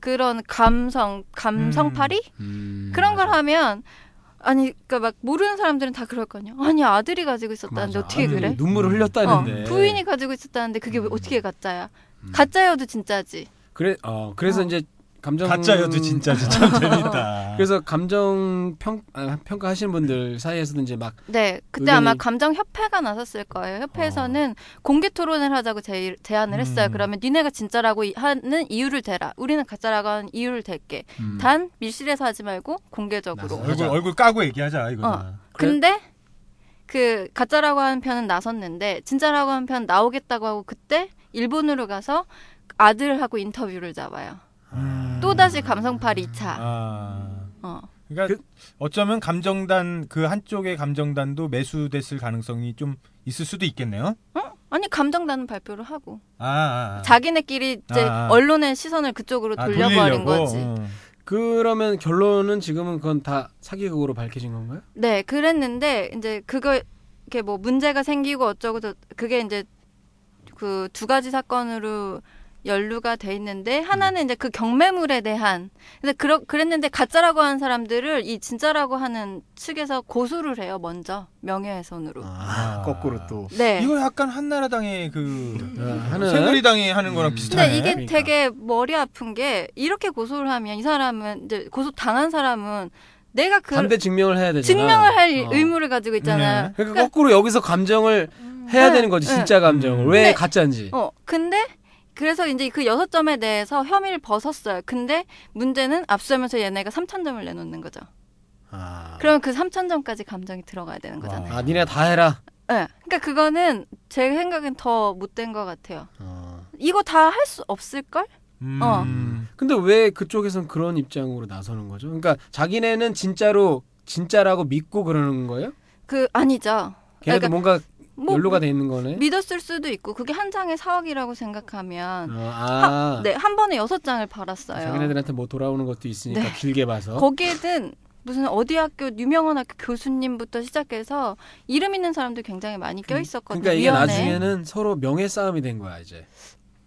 Speaker 8: 그런 감성, 감성팔이
Speaker 4: 음.
Speaker 8: 그런 걸 하면 아니 그러니까 막 모르는 사람들은 다 그럴 거냐. 아니 아들이 가지고 있었다는데
Speaker 4: 음.
Speaker 8: 어떻게
Speaker 4: 아들이
Speaker 8: 그래?
Speaker 4: 눈물을 흘렸다는데. 음.
Speaker 8: 어, 부인이 가지고 있었다는데 그게 왜 어떻게 가짜야? 가짜여도 진짜지.
Speaker 4: 그래 어 그래서 이제 감정
Speaker 6: 가짜여도 진짜지. 참 재밌다.
Speaker 4: 그래서 감정 평 아, 평가하시는 분들 사이에서도 이제 막
Speaker 8: 네, 그때
Speaker 4: 의견이-
Speaker 8: 아마 감정 협회가 나섰을 거예요. 협회에서는
Speaker 6: 아.
Speaker 8: 공개 토론을 하자고 제, 제안을
Speaker 6: 음.
Speaker 8: 했어요. 그러면 니네가 진짜라고 이- 하는 이유를 대라. 우리는 가짜라고 하는 이유를 댈게.
Speaker 6: 음.
Speaker 8: 단 밀실에서 하지 말고 공개적으로.
Speaker 6: 얼굴 얼굴 까고 얘기하자
Speaker 8: 어.
Speaker 6: 이거다.
Speaker 8: 근데 그 가짜라고 하는 편은 나섰는데 진짜라고 하는 편 나오겠다고 하고 그때 일본으로 가서 아들하고 인터뷰를 잡아요. 또 다시 감성팔 2차.
Speaker 6: 음. 아.
Speaker 8: 어.
Speaker 6: 그러니까 어쩌면 감정단 그 한쪽의 감정단도 매수됐을 가능성이 좀 있을 수도 있겠네요.
Speaker 8: 아니 감정단은 발표를 하고
Speaker 6: 아, 아, 아.
Speaker 8: 자기네끼리 이제
Speaker 6: 아.
Speaker 8: 언론의 시선을 그쪽으로
Speaker 6: 아,
Speaker 8: 돌려버린
Speaker 6: 돌리려고?
Speaker 8: 거지.
Speaker 6: 어.
Speaker 4: 그러면 결론은 지금은 그건 다 사기극으로 밝혀진 건가요?
Speaker 8: 네, 그랬는데 이제 그거 이렇게 뭐 문제가 생기고 어쩌고 저 그게 이제 그 두 가지 사건으로 연루가 돼 있는데
Speaker 4: 음.
Speaker 8: 하나는 이제 그 경매물에 대한 근데 그러, 그랬는데 가짜라고 하는 사람들을 이 진짜라고 하는 측에서 고소를 해요 먼저 명예훼손으로.
Speaker 6: 아,
Speaker 4: 거꾸로 또.
Speaker 8: 네.
Speaker 6: 이거 약간 한나라당의
Speaker 8: 음.
Speaker 6: 그
Speaker 4: 아, 하는- 음.
Speaker 6: 새누리당이 하는 거랑 비슷하네.
Speaker 8: 근데 이게
Speaker 4: 그러니까.
Speaker 8: 되게 머리 아픈 게 이렇게 고소를 하면 이 사람은 이제 고소 당한 사람은 내가 그
Speaker 4: 담배 증명을 해야 되잖아.
Speaker 8: 증명을 할
Speaker 4: 어.
Speaker 8: 의무를 가지고 있잖아요.
Speaker 4: 그러니까, 거꾸로 여기서 감정을 해야
Speaker 8: 네,
Speaker 4: 되는 거지
Speaker 8: 네.
Speaker 4: 진짜 감정을 왜
Speaker 8: 근데-
Speaker 4: 가짜인지.
Speaker 8: 어, 근데 그래서 이제 그 여섯 점에 대해서 혐의를 벗었어요. 근데 문제는 앞서면서 얘네가 3천 점을 내놓는 거죠. 그러면 그 3천 점까지 감정이 들어가야 되는 거잖아요.
Speaker 4: 아 니네 다 해라.
Speaker 8: 예. 그러니까 그거는 제 생각엔 더 못된 것 같아요.
Speaker 4: 어.
Speaker 8: 이거 다 할 수 없을 걸?
Speaker 6: 음.
Speaker 8: 어.
Speaker 4: 근데 왜 그쪽에선 그런 입장으로 나서는 거죠? 그러니까 자기네는 진짜로 진짜라고 믿고 그러는 거예요?
Speaker 8: 그 아니죠.
Speaker 4: 걔네도
Speaker 8: 그러니까
Speaker 4: 뭔가
Speaker 8: 뭐-
Speaker 4: 연루가 돼 있는 거네.
Speaker 8: 믿었을 수도 있고 그게 한 장에 4억이라고 생각하면
Speaker 4: 어, 아.
Speaker 8: 하- 네, 한 번에 여섯 장을 팔았어요.
Speaker 4: 자기네들한테 뭐 돌아오는 것도 있으니까
Speaker 8: 네.
Speaker 4: 길게 봐서.
Speaker 8: 거기에든 무슨 어디 학교 유명한 학교 교수님부터 시작해서 이름 있는 사람도 굉장히 많이 껴 있었거든요. 네.
Speaker 4: 그러니까 이게
Speaker 8: 위원회에.
Speaker 4: 나중에는 서로 명예 싸움이 된 거야 이제.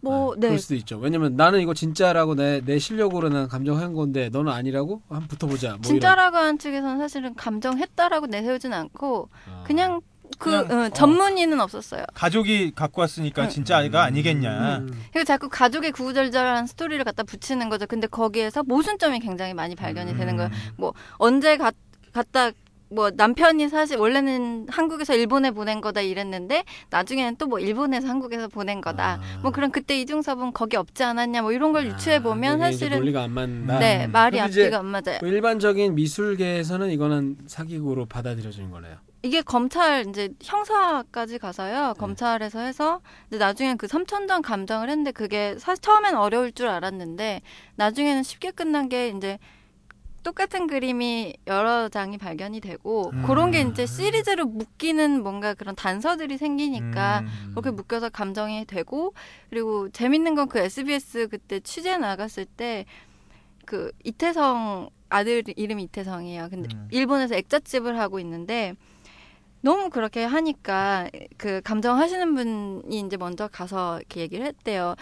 Speaker 8: 뭐 네.
Speaker 4: 아, 그럴 수도 있죠. 왜냐면 나는 이거 진짜라고 내, 내 실력으로 난 감정한 건데 너는 아니라고 한번 붙어보자. 뭐
Speaker 8: 진짜라고 하는 측에서는 사실은 감정했다라고 내세우진 않고
Speaker 6: 아.
Speaker 4: 아,
Speaker 8: 그냥 그
Speaker 6: 그냥,
Speaker 8: 어,
Speaker 6: 어.
Speaker 8: 전문의는 없었어요.
Speaker 6: 가족이 갖고 왔으니까
Speaker 8: 응.
Speaker 6: 진짜 아이가 아니겠냐.
Speaker 4: 음.
Speaker 8: 그리고 자꾸 가족의 구구절절한 스토리를 갖다 붙이는 거죠. 근데 거기에서 모순점이 굉장히 많이 발견이
Speaker 4: 음.
Speaker 8: 되는 거예요. 뭐 언제 갔, 갔다 뭐 남편이 사실 원래는 한국에서 일본에 보낸 거다 이랬는데 나중에는 또 뭐 일본에서 한국에서 보낸 거다.
Speaker 4: 아.
Speaker 8: 뭐 그런 그때 이중섭은 거기 없지 않았냐 뭐 이런 걸 유추해 보면
Speaker 4: 이게 이제
Speaker 8: 사실은
Speaker 4: 논리가 안 맞는다.
Speaker 8: 네
Speaker 4: 음.
Speaker 8: 말이
Speaker 4: 그럼 이제
Speaker 8: 앞뒤가 안 맞아요.
Speaker 4: 뭐 일반적인 미술계에서는 이거는 사기고로 받아들여지는 거네요.
Speaker 8: 이게 검찰 이제 형사까지 가서요.
Speaker 4: 네.
Speaker 8: 검찰에서 해서 이제 나중엔 그 3천 장 감정을 했는데 그게 사실 처음엔 어려울 줄 알았는데 나중에는 쉽게 끝난 게 이제 똑같은 그림이 여러 장이 발견이 되고
Speaker 4: 음.
Speaker 8: 그런 게 이제 시리즈로 묶이는 뭔가 그런 단서들이
Speaker 4: 음.
Speaker 8: 생기니까 그러니까
Speaker 6: 음.
Speaker 8: 그렇게 묶여서 감정이 되고 그리고 재밌는 건 그 SBS 그때 취재 나갔을 때 그 이태성 아들 이름이 이태성이에요. 근데 일본에서 액자집을 하고 있는데 너무 그렇게 하니까 그 감정하시는 분이 이제 먼저 가서 이렇게 얘기를 했대요.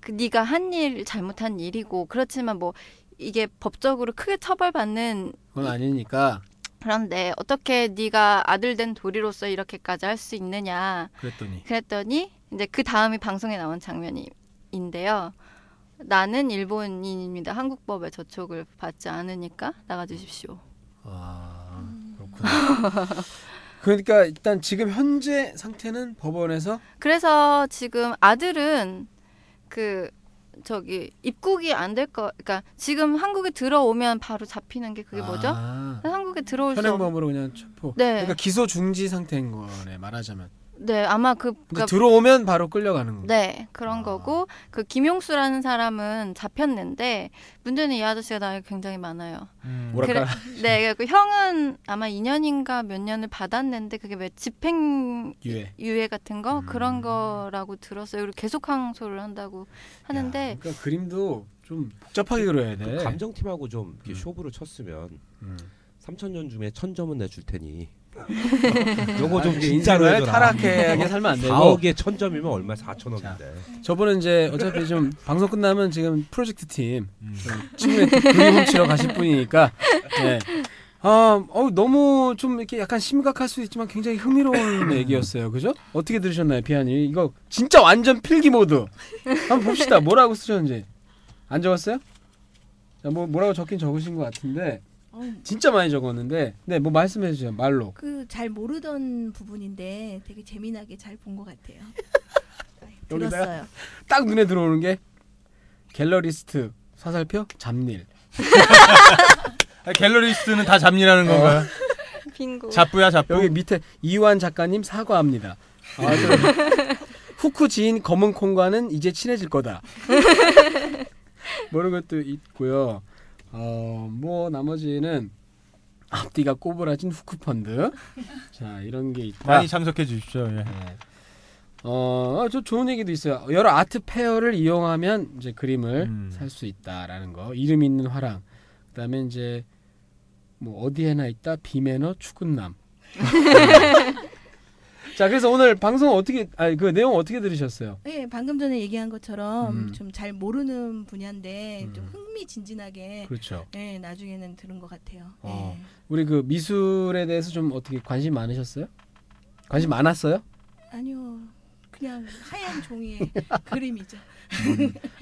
Speaker 8: 그 네가 한 일 잘못한 일이고 그렇지만 뭐 이게 법적으로 크게 처벌받는
Speaker 4: 그건 아니니까
Speaker 8: 그런데 어떻게 네가 아들 된 도리로서 이렇게까지 할 수 있느냐.
Speaker 4: 그랬더니
Speaker 8: 그랬더니 이제 그 다음이 방송에 나온 장면인데요. 나는 일본인입니다. 한국법에 저촉을 받지 않으니까 나가주십시오.
Speaker 6: 아,
Speaker 4: 그러니까 일단 지금 현재 상태는 법원에서
Speaker 8: 그래서 지금 아들은 그 저기 입국이 안 될 거, 그러니까 지금 한국에 들어오면 바로 잡히는 게 그게 뭐죠? 한국에 들어올 수 없.
Speaker 4: 아. 현행범으로 그냥 체포.
Speaker 8: 네.
Speaker 4: 그러니까 기소 중지 상태인 거네 말하자면.
Speaker 8: 네, 아마 그
Speaker 4: 근데
Speaker 8: 그러니까
Speaker 4: 들어오면 아. 바로 끌려가는 거.
Speaker 8: 네 그런 거고 그 김용수라는 사람은 잡혔는데 문제는 이 아저씨가 나이가 굉장히 많아요.
Speaker 6: 음.
Speaker 4: 뭐랄까.
Speaker 8: 그래- 네, 그 형은 아마 2년인가 몇 년을 받았는데 그게 왜 집행
Speaker 4: 유예.
Speaker 8: 유예 같은 거
Speaker 4: 음.
Speaker 8: 그런 거라고 들었어요. 그리고 계속 항소를 한다고 하는데
Speaker 4: 그러니까 그림도 좀 복잡하게 그려야 돼.
Speaker 5: 그 감정팀하고 좀
Speaker 4: 음.
Speaker 5: 이렇게 쇼부를 쳤으면 3천년 중에 천 점은 내줄 테니. 요거 좀
Speaker 4: 아니,
Speaker 5: 진짜로
Speaker 4: 뭐 인생을
Speaker 5: 해줘라.
Speaker 4: 타락하게 살면 안 되고.
Speaker 5: 4억에 천 점이면 얼마? 4천 억인데.
Speaker 4: 저분은 이제 어차피 좀 방송 끝나면 지금 프로젝트 팀
Speaker 6: 음.
Speaker 4: 좀 친구네 또 그림 훔치러 가실 분이니까 네. 아, 어, 너무 좀 이렇게 약간 심각할 수 있지만 굉장히 흥미로운 얘기였어요. 그죠? 어떻게 들으셨나요, 비아님? 이거 진짜 완전 필기 모드. 한번 봅시다. 뭐라고 쓰셨는지. 안 적었어요? 자, 뭐 뭐라고 적긴 적으신 것 같은데 진짜 많이 적었는데 네, 뭐 말씀해 주세요. 말로.
Speaker 7: 그 잘 모르던 부분인데 되게 재미나게 잘 본 것 같아요. 네,
Speaker 4: 여기다가
Speaker 7: 들었어요.
Speaker 4: 딱 눈에 들어오는 게 갤러리스트 사살표 잡일.
Speaker 6: 아, 갤러리스트는 다 잡니라는 건가요?
Speaker 8: 빙고.
Speaker 6: 잡부야 잡부.
Speaker 4: 어. 여기 밑에 이완 작가님 사과합니다. 아, 좀 후쿠 지인 검은 콩과는 이제 친해질 거다. 모르는 것도 있고요. 어, 뭐 나머지는 앞뒤가 꼬부라진 후쿠 펀드. 자 이런 게 있다.
Speaker 6: 많이 참석해 주십시오. 예.
Speaker 4: 어, 저 좋은 얘기도 있어요. 여러 아트 페어를 이용하면 이제 그림을 살 수 있다라는 거. 이름 있는 화랑. 그다음에 이제 뭐 어디에나 있다 비매너 추근남. 자, 그래서 오늘 방송 어떻게 아니 그 내용 어떻게 들으셨어요?
Speaker 7: 예, 방금 전에 얘기한 것처럼
Speaker 4: 음.
Speaker 7: 좀 잘 모르는 분야인데 좀 흥미진진하게
Speaker 4: 그렇죠.
Speaker 7: 예, 나중에는 들은 것 같아요.
Speaker 4: 어. 우리 그 미술에 대해서 좀 어떻게 관심 많으셨어요? 관심 많았어요?
Speaker 7: 아니요. 그냥 하얀 종이에 그림이죠.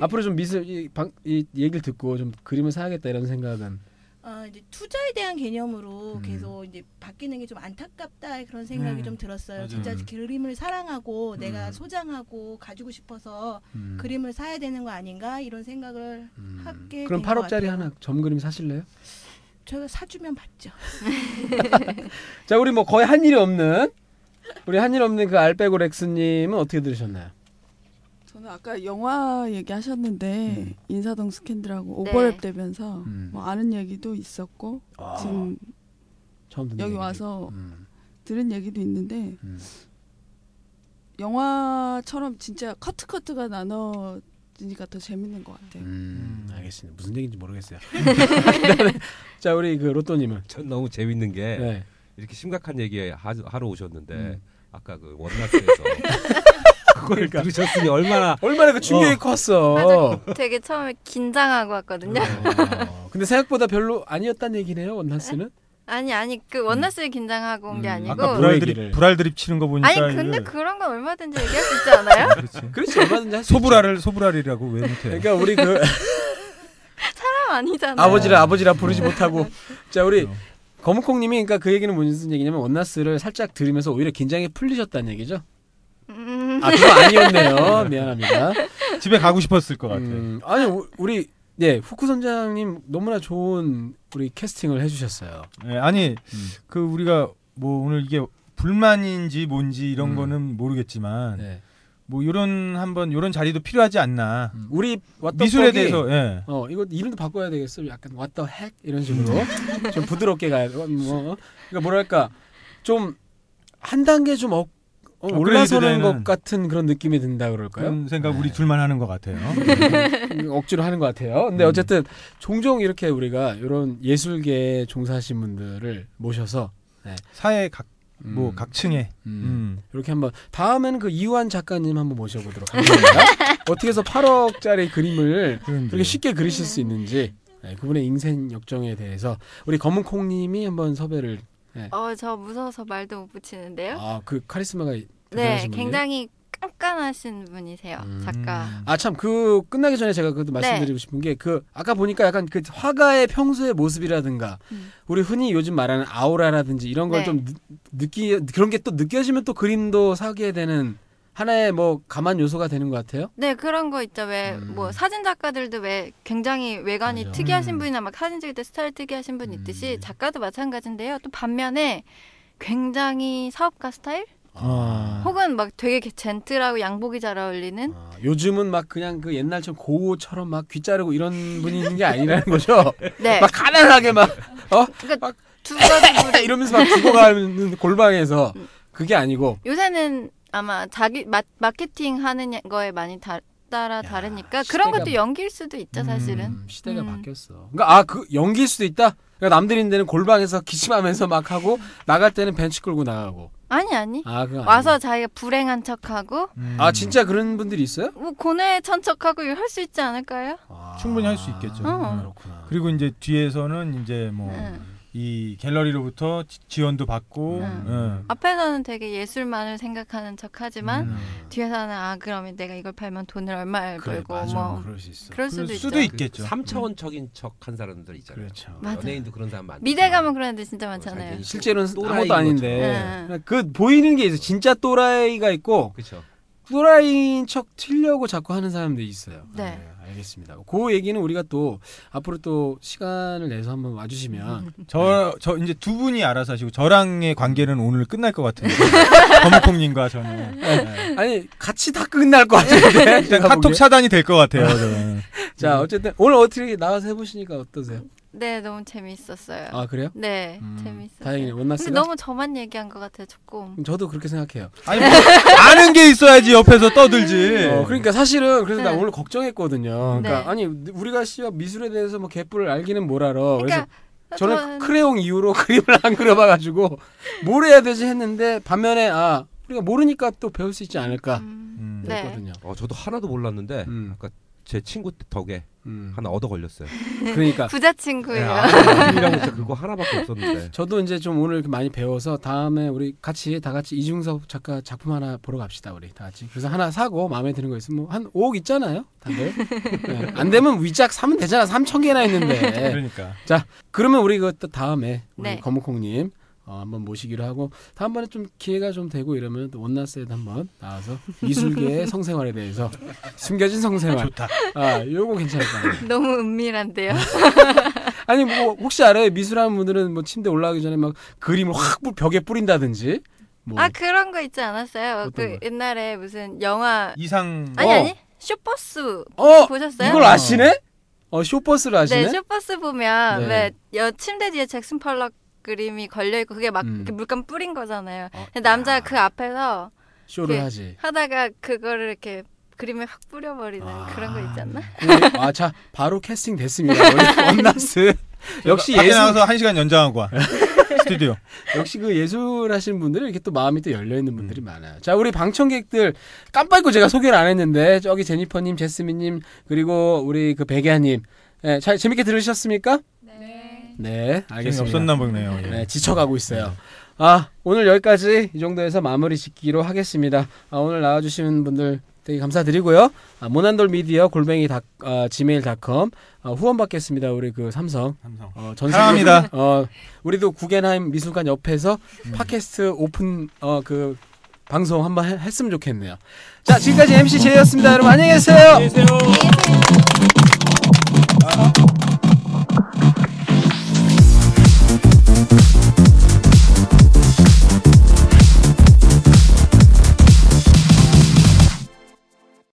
Speaker 4: 앞으로 좀 미술 이, 방, 이 얘기를 듣고 좀 그림을 사야겠다 이런 생각은
Speaker 7: 아, 이제 투자에 대한 개념으로 어, 계속 이제 바뀌는 게 좀 안타깝다 그런 생각이
Speaker 4: 음.
Speaker 7: 좀 들었어요.
Speaker 4: 맞아요.
Speaker 7: 진짜
Speaker 4: 음.
Speaker 7: 그림을 사랑하고
Speaker 5: 음.
Speaker 7: 내가 소장하고 가지고 싶어서
Speaker 4: 음.
Speaker 7: 그림을 사야 되는 거 아닌가 이런 생각을
Speaker 5: 음.
Speaker 7: 하게
Speaker 4: 그럼
Speaker 7: 된것
Speaker 4: 8억짜리
Speaker 7: 같아요.
Speaker 4: 하나 점그림 사실래요?
Speaker 7: 제가 사주면 받죠.
Speaker 4: 자, 우리 뭐 거의 한 일이 없는 우리 한 일 없는 그 알베고렉스님은 어떻게 들으셨나요?
Speaker 9: 저는 아까 영화 얘기하셨는데
Speaker 5: 음.
Speaker 9: 인사동 스캔들하고
Speaker 4: 네.
Speaker 9: 오버랩 되면서
Speaker 4: 음.
Speaker 9: 뭐 아는 얘기도 있었고 아,
Speaker 5: 아,
Speaker 9: 지금
Speaker 4: 아, 처음 듣는
Speaker 9: 여기
Speaker 4: 얘기들.
Speaker 9: 와서
Speaker 4: 음.
Speaker 9: 들은 얘기도 있는데
Speaker 4: 음.
Speaker 9: 영화처럼 진짜 커트 커트가 나눠지니까 더 재밌는 것 같아요.
Speaker 4: 음, 알겠습니다. 무슨 얘기인지 모르겠어요. 자, 우리 그 로또님은
Speaker 5: 전 너무 재밌는 게
Speaker 4: 네.
Speaker 5: 이렇게 심각한 얘기 하, 하러 오셨는데
Speaker 4: 음.
Speaker 5: 아까 그 원나스에서 그걸 들으셨으니 얼마나
Speaker 4: 얼마나 그
Speaker 6: 어.
Speaker 4: 충격이 컸어.
Speaker 8: 되게 처음에 긴장하고 왔거든요.
Speaker 4: 어, 근데 생각보다 별로 아니었단 얘기네요. 원나스는
Speaker 8: 아니 아니
Speaker 4: 음.
Speaker 8: 그 원나스를 긴장하고 온 게 아니고
Speaker 6: 아까 불알 드립 불알 드립 치는 거 보니까
Speaker 8: 아니 근데
Speaker 6: 이거-
Speaker 8: 그런 건 얼마든지 얘기할 수 있지 않아요?
Speaker 4: 음. 그렇지 얼마든지 할수
Speaker 6: 소불알을 소불알이라고 왜 못해?
Speaker 4: 그러니까 우리 그
Speaker 8: 사람 아니잖아요.
Speaker 4: 아버지를 아버지라 부르지 못하고 자 우리
Speaker 6: 네.
Speaker 4: 검은콩님이 그러니까 그 얘기는 무슨 얘기냐면 원나스를 살짝 들으면서 오히려 긴장이 풀리셨다는 얘기죠.
Speaker 8: 음.
Speaker 4: 아 그거 아니었네요. 미안합니다.
Speaker 6: 집에 가고 싶었을 것 같아.
Speaker 4: 음, 아니 우- 우리 네 후쿠 선장님 너무나 좋은 우리 캐스팅을 해주셨어요.
Speaker 6: 예, 아니
Speaker 4: 음.
Speaker 6: 그 우리가 뭐 오늘 이게 불만인지 뭔지
Speaker 4: 음.
Speaker 6: 이런 거는 모르겠지만
Speaker 4: 네.
Speaker 6: 뭐 이런 한번 이런 자리도 필요하지 않나.
Speaker 4: 음, 우리 왓더
Speaker 6: 미술에
Speaker 4: 뻑이-
Speaker 6: 대해서 예.
Speaker 4: 어 이거 이름도 바꿔야 되겠어. 약간 what the heck 이런 식으로
Speaker 6: 음.
Speaker 4: 좀 부드럽게 가야 돼. 뭐 그러니까 뭐랄까 좀 한 단계 좀 어, 어,
Speaker 6: 업그레이드
Speaker 4: 올라서는
Speaker 6: 되는
Speaker 4: 것
Speaker 6: 음.
Speaker 4: 같은 그런 느낌이 든다 그럴까요? 네. 음.
Speaker 6: 그런 생각 우리 둘만 하는 것 같아요. 예.
Speaker 4: 억지로 하는 것 같아요.
Speaker 6: 음.
Speaker 4: 근데 어쨌든 종종 이렇게 우리가 이런 예술계에 종사하신 분들을 모셔서
Speaker 6: 사회 각
Speaker 4: 음.
Speaker 6: 뭐 각층에 음.
Speaker 4: 이렇게 한번 다음에는 그 이완 작가님 한번 모셔보도록 하겠습니다. 어떻게 해서 8억짜리 그림을
Speaker 6: 네.
Speaker 4: 그렇게 쉽게 그리실 수 있는지 네, 그분의 인생 역정에 대해서 우리 검은콩님이 한번 섭외를 네.
Speaker 8: 어저 무서워서 말도 못 붙이는데요.
Speaker 4: 아그 카리스마가
Speaker 8: 네,
Speaker 4: 대단하신 분이에요.
Speaker 8: 굉장히 깐깐하신 분이세요, 작가.
Speaker 4: 아 참 그 끝나기 전에 제가 그것도
Speaker 8: 네.
Speaker 4: 말씀드리고 싶은 게 그 아까 보니까 약간 그 화가의 평소의 모습이라든가 우리 흔히 요즘 말하는 아우라라든지 이런 걸
Speaker 8: 음. 네.
Speaker 4: 좀 느끼 그런 게 또 느껴지면 또 그림도 사게 되는 하나의 뭐 감안 요소가 되는 것 같아요.
Speaker 8: 네, 그런 거 있죠. 왜,
Speaker 4: 음.
Speaker 8: 뭐, 사진 작가들도 왜 굉장히 외관이 특이하신 분이나 막 사진 찍을 때 스타일 특이하신 분
Speaker 4: 음.
Speaker 8: 있듯이 작가도 마찬가지인데요. 또 반면에 굉장히 사업가 스타일?
Speaker 4: 아.
Speaker 8: 혹은 막 되게 젠틀하고 양복이 잘 어울리는?
Speaker 4: 요즘은 막 그냥 그 옛날처럼 고처럼 막 귀 자르고 이런 분이 있는 게 아니라는 거죠.
Speaker 8: 네.
Speaker 4: 막 가난하게 막어
Speaker 8: 그러니까 두 가지 물
Speaker 4: 이러면서 막 죽어가는 골방에서 그게 아니고
Speaker 8: 요새는 아마 자기 마, 마케팅 하는 거에 많이 다, 따라 다르니까 그런 것도 연기일 수도
Speaker 4: 음.
Speaker 8: 있죠, 사실은. 음.
Speaker 4: 시대가 바뀌었어. 그러니까 아 그 연기일 수도 있다. 그러니까 남들이 있는 데는 골방에서 기침하면서 막 하고 나갈 때는 벤치 끌고 나가고.
Speaker 8: 아니 아니.
Speaker 4: 아 그거 아니고.
Speaker 8: 와서 자기가 불행한 척하고
Speaker 6: 음.
Speaker 4: 아 진짜 그런 분들이 있어요?
Speaker 8: 뭐 고뇌에 천척하고 할 수 있지 않을까요?
Speaker 6: 충분히 할 수 있겠죠. 음.
Speaker 8: 어.
Speaker 6: 그리고 이제 뒤에서는 이제
Speaker 4: 어.
Speaker 6: 뭐 이
Speaker 8: 음.
Speaker 6: 갤러리로부터 지- 지원도 받고
Speaker 8: 네.
Speaker 6: 예.
Speaker 8: 앞에서는 되게 예술만을 생각하는 척하지만
Speaker 4: 음.
Speaker 6: 음.
Speaker 8: 뒤에서는 아 그러면 내가 이걸 팔면 돈을 얼마 벌고 뭐 그럴 수도, 있죠.
Speaker 6: 있겠죠.
Speaker 5: 3차원적인 척한 사람들 있잖아요.
Speaker 8: 맞아요.
Speaker 5: 연예인도 그런 사람 많죠. 어,
Speaker 8: 미대 가면 그런 애들
Speaker 4: 어,
Speaker 8: 진짜 많잖아요.
Speaker 4: 실제로는
Speaker 5: 또라이인
Speaker 4: 아무것도 아닌데
Speaker 8: 네.
Speaker 4: 그 보이는 게 있어. 진짜 또라이가 있고
Speaker 5: 그렇죠.
Speaker 4: 또라이인 척 튀려고 자꾸 하는 사람들이 있어요.
Speaker 8: 네.
Speaker 4: 알겠습니다. 그 얘기는 우리가 또 앞으로 또 시간을 내서 한번 와주시면
Speaker 6: 저, 저 이제 두 분이 알아서 하시고 저랑의 관계는 오늘 끝날 것 같은데 검은콩님과 저는
Speaker 4: 네. 아니 같이 다 끝날 것
Speaker 8: 네.
Speaker 4: 같은데
Speaker 6: 일단
Speaker 4: 제가
Speaker 6: 카톡
Speaker 4: 보기엔.
Speaker 6: 차단이 될 것 같아요.
Speaker 4: 네.
Speaker 6: 저는.
Speaker 4: 자 어쨌든 오늘 어떻게 나와서 해보시니까 어떠세요?
Speaker 8: 네 너무 재밌었어요.
Speaker 4: 아, 그래요?
Speaker 8: 네 재밌었어요.
Speaker 4: 다행이네, 원나스가?
Speaker 8: 근데 너무 저만 얘기한 것 같아요 조금.
Speaker 4: 저도 그렇게 생각해요.
Speaker 6: 아니 뭐, 아는 게 있어야지 옆에서 떠들지.
Speaker 4: 어, 그러니까 사실은 그래서 나
Speaker 8: 네.
Speaker 4: 오늘 걱정했거든요. 그러니까
Speaker 8: 네.
Speaker 4: 아니 우리가 씨와 미술에 대해서 뭐 개뿔을 알기는 뭘 알아. 어,
Speaker 8: 그러니까
Speaker 4: 그래서 저는
Speaker 8: 저는-
Speaker 4: 크레용 이후로 그림을 안 그려봐가지고 뭘 해야 되지 했는데 반면에 아 우리가 모르니까 또 배울 수 있지 않을까
Speaker 6: 음,
Speaker 8: 네.
Speaker 4: 그랬거든요.
Speaker 5: 어, 저도 하나도 몰랐는데 아까 제 친구 덕에
Speaker 4: 음.
Speaker 5: 하나 얻어 걸렸어요.
Speaker 4: 그러니까
Speaker 8: 부자 친구예요.
Speaker 5: 네, 아, 이라고 진짜 그거 하나밖에 없었는데.
Speaker 4: 저도 이제 좀 오늘 많이 배워서 다음에 우리 같이 다 같이 이중섭 작가 작품 하나 보러 갑시다 우리 다 같이. 그래서 하나 사고 마음에 드는 거 있으면 뭐 한 5억 있잖아요. 다들. 네. 안 되면 위작 사면 되잖아. 3천 개나 있는데.
Speaker 6: 그러니까.
Speaker 4: 자, 그러면 우리 그또 다음에 우리
Speaker 6: 네.
Speaker 4: 검은콩 님 어, 한번 모시기로 하고 다음번에 좀 기회가 좀 되고 이러면 또 온나스에도 한번 나와서 미술계의 성생활에 대해서 숨겨진 성생활
Speaker 8: 좋다.
Speaker 4: 아, 요거 괜찮을 것 같아요.
Speaker 8: 너무
Speaker 4: 어,
Speaker 8: 은밀한데요.
Speaker 4: 아니 뭐 혹시 알아요? 미술하는 분들은 뭐 침대 올라가기 전에 막 그림을 확 뿌- 벽에 뿌린다든지 뭐
Speaker 8: 아 그런 거 있지 않았어요? 그
Speaker 4: 어떤
Speaker 8: 옛날에 무슨 영화
Speaker 6: 이상 뭐,
Speaker 8: 아니
Speaker 4: 어.
Speaker 8: 아니 쇼퍼스 보셨어요?
Speaker 4: 이걸 아시네? 어 쇼퍼스를 아시네?
Speaker 8: 네, 쇼퍼스
Speaker 4: 네.
Speaker 8: 보면 왜 여 침대 뒤에 잭슨 펄럭 그림이 걸려 있고 그게 막
Speaker 4: 음. 어,
Speaker 8: 이렇게 물감 뿌린 거잖아요. 근데 남자가 그 앞에서
Speaker 4: 쇼를
Speaker 8: 이렇게
Speaker 4: 하지.
Speaker 8: 하다가 그거를 이렇게 그림에 확 뿌려버리는 그런 거 있지 않나?
Speaker 4: 아 자 바로 캐스팅 됐습니다. 우리 원나스 역시
Speaker 6: 밖에
Speaker 4: 예술
Speaker 6: 나가서 한 시간 연장하고 와. 스튜디오.
Speaker 4: 역시 그 예술 하시는 분들은 이렇게 또 마음이 또 열려 있는 분들이 많아요. 자, 우리 방청객들 깜빡 잊고 제가 소개를 안 했는데 저기 제니퍼 님, 제스민 님, 그리고 우리 그 백야 님. 예, 잘 재밌게 들으셨습니까? 네. 네, 알겠습니다.
Speaker 6: 재미없었나 보네요. 예.
Speaker 4: 네, 지쳐가고 있어요. 아, 오늘 여기까지 이 정도에서 마무리 짓기로 하겠습니다. 아, 오늘 나와 주신 분들 되게 감사드리고요. 아, 모난돌 미디어 골뱅이 닷 아, gmail.com 아, 후원 받겠습니다. 우리 그 삼성.
Speaker 6: 삼성.
Speaker 4: 어, 전
Speaker 6: 사랑합니다. 음.
Speaker 4: 세계- 어, 우리도 구겐하임 미술관 옆에서 팟캐스트 오픈 어, 그 방송 한번 해- 했으면 좋겠네요. 자, 지금까지 MC 제이였습니다. 여러분 안녕히 계세요. 안녕히 계세요.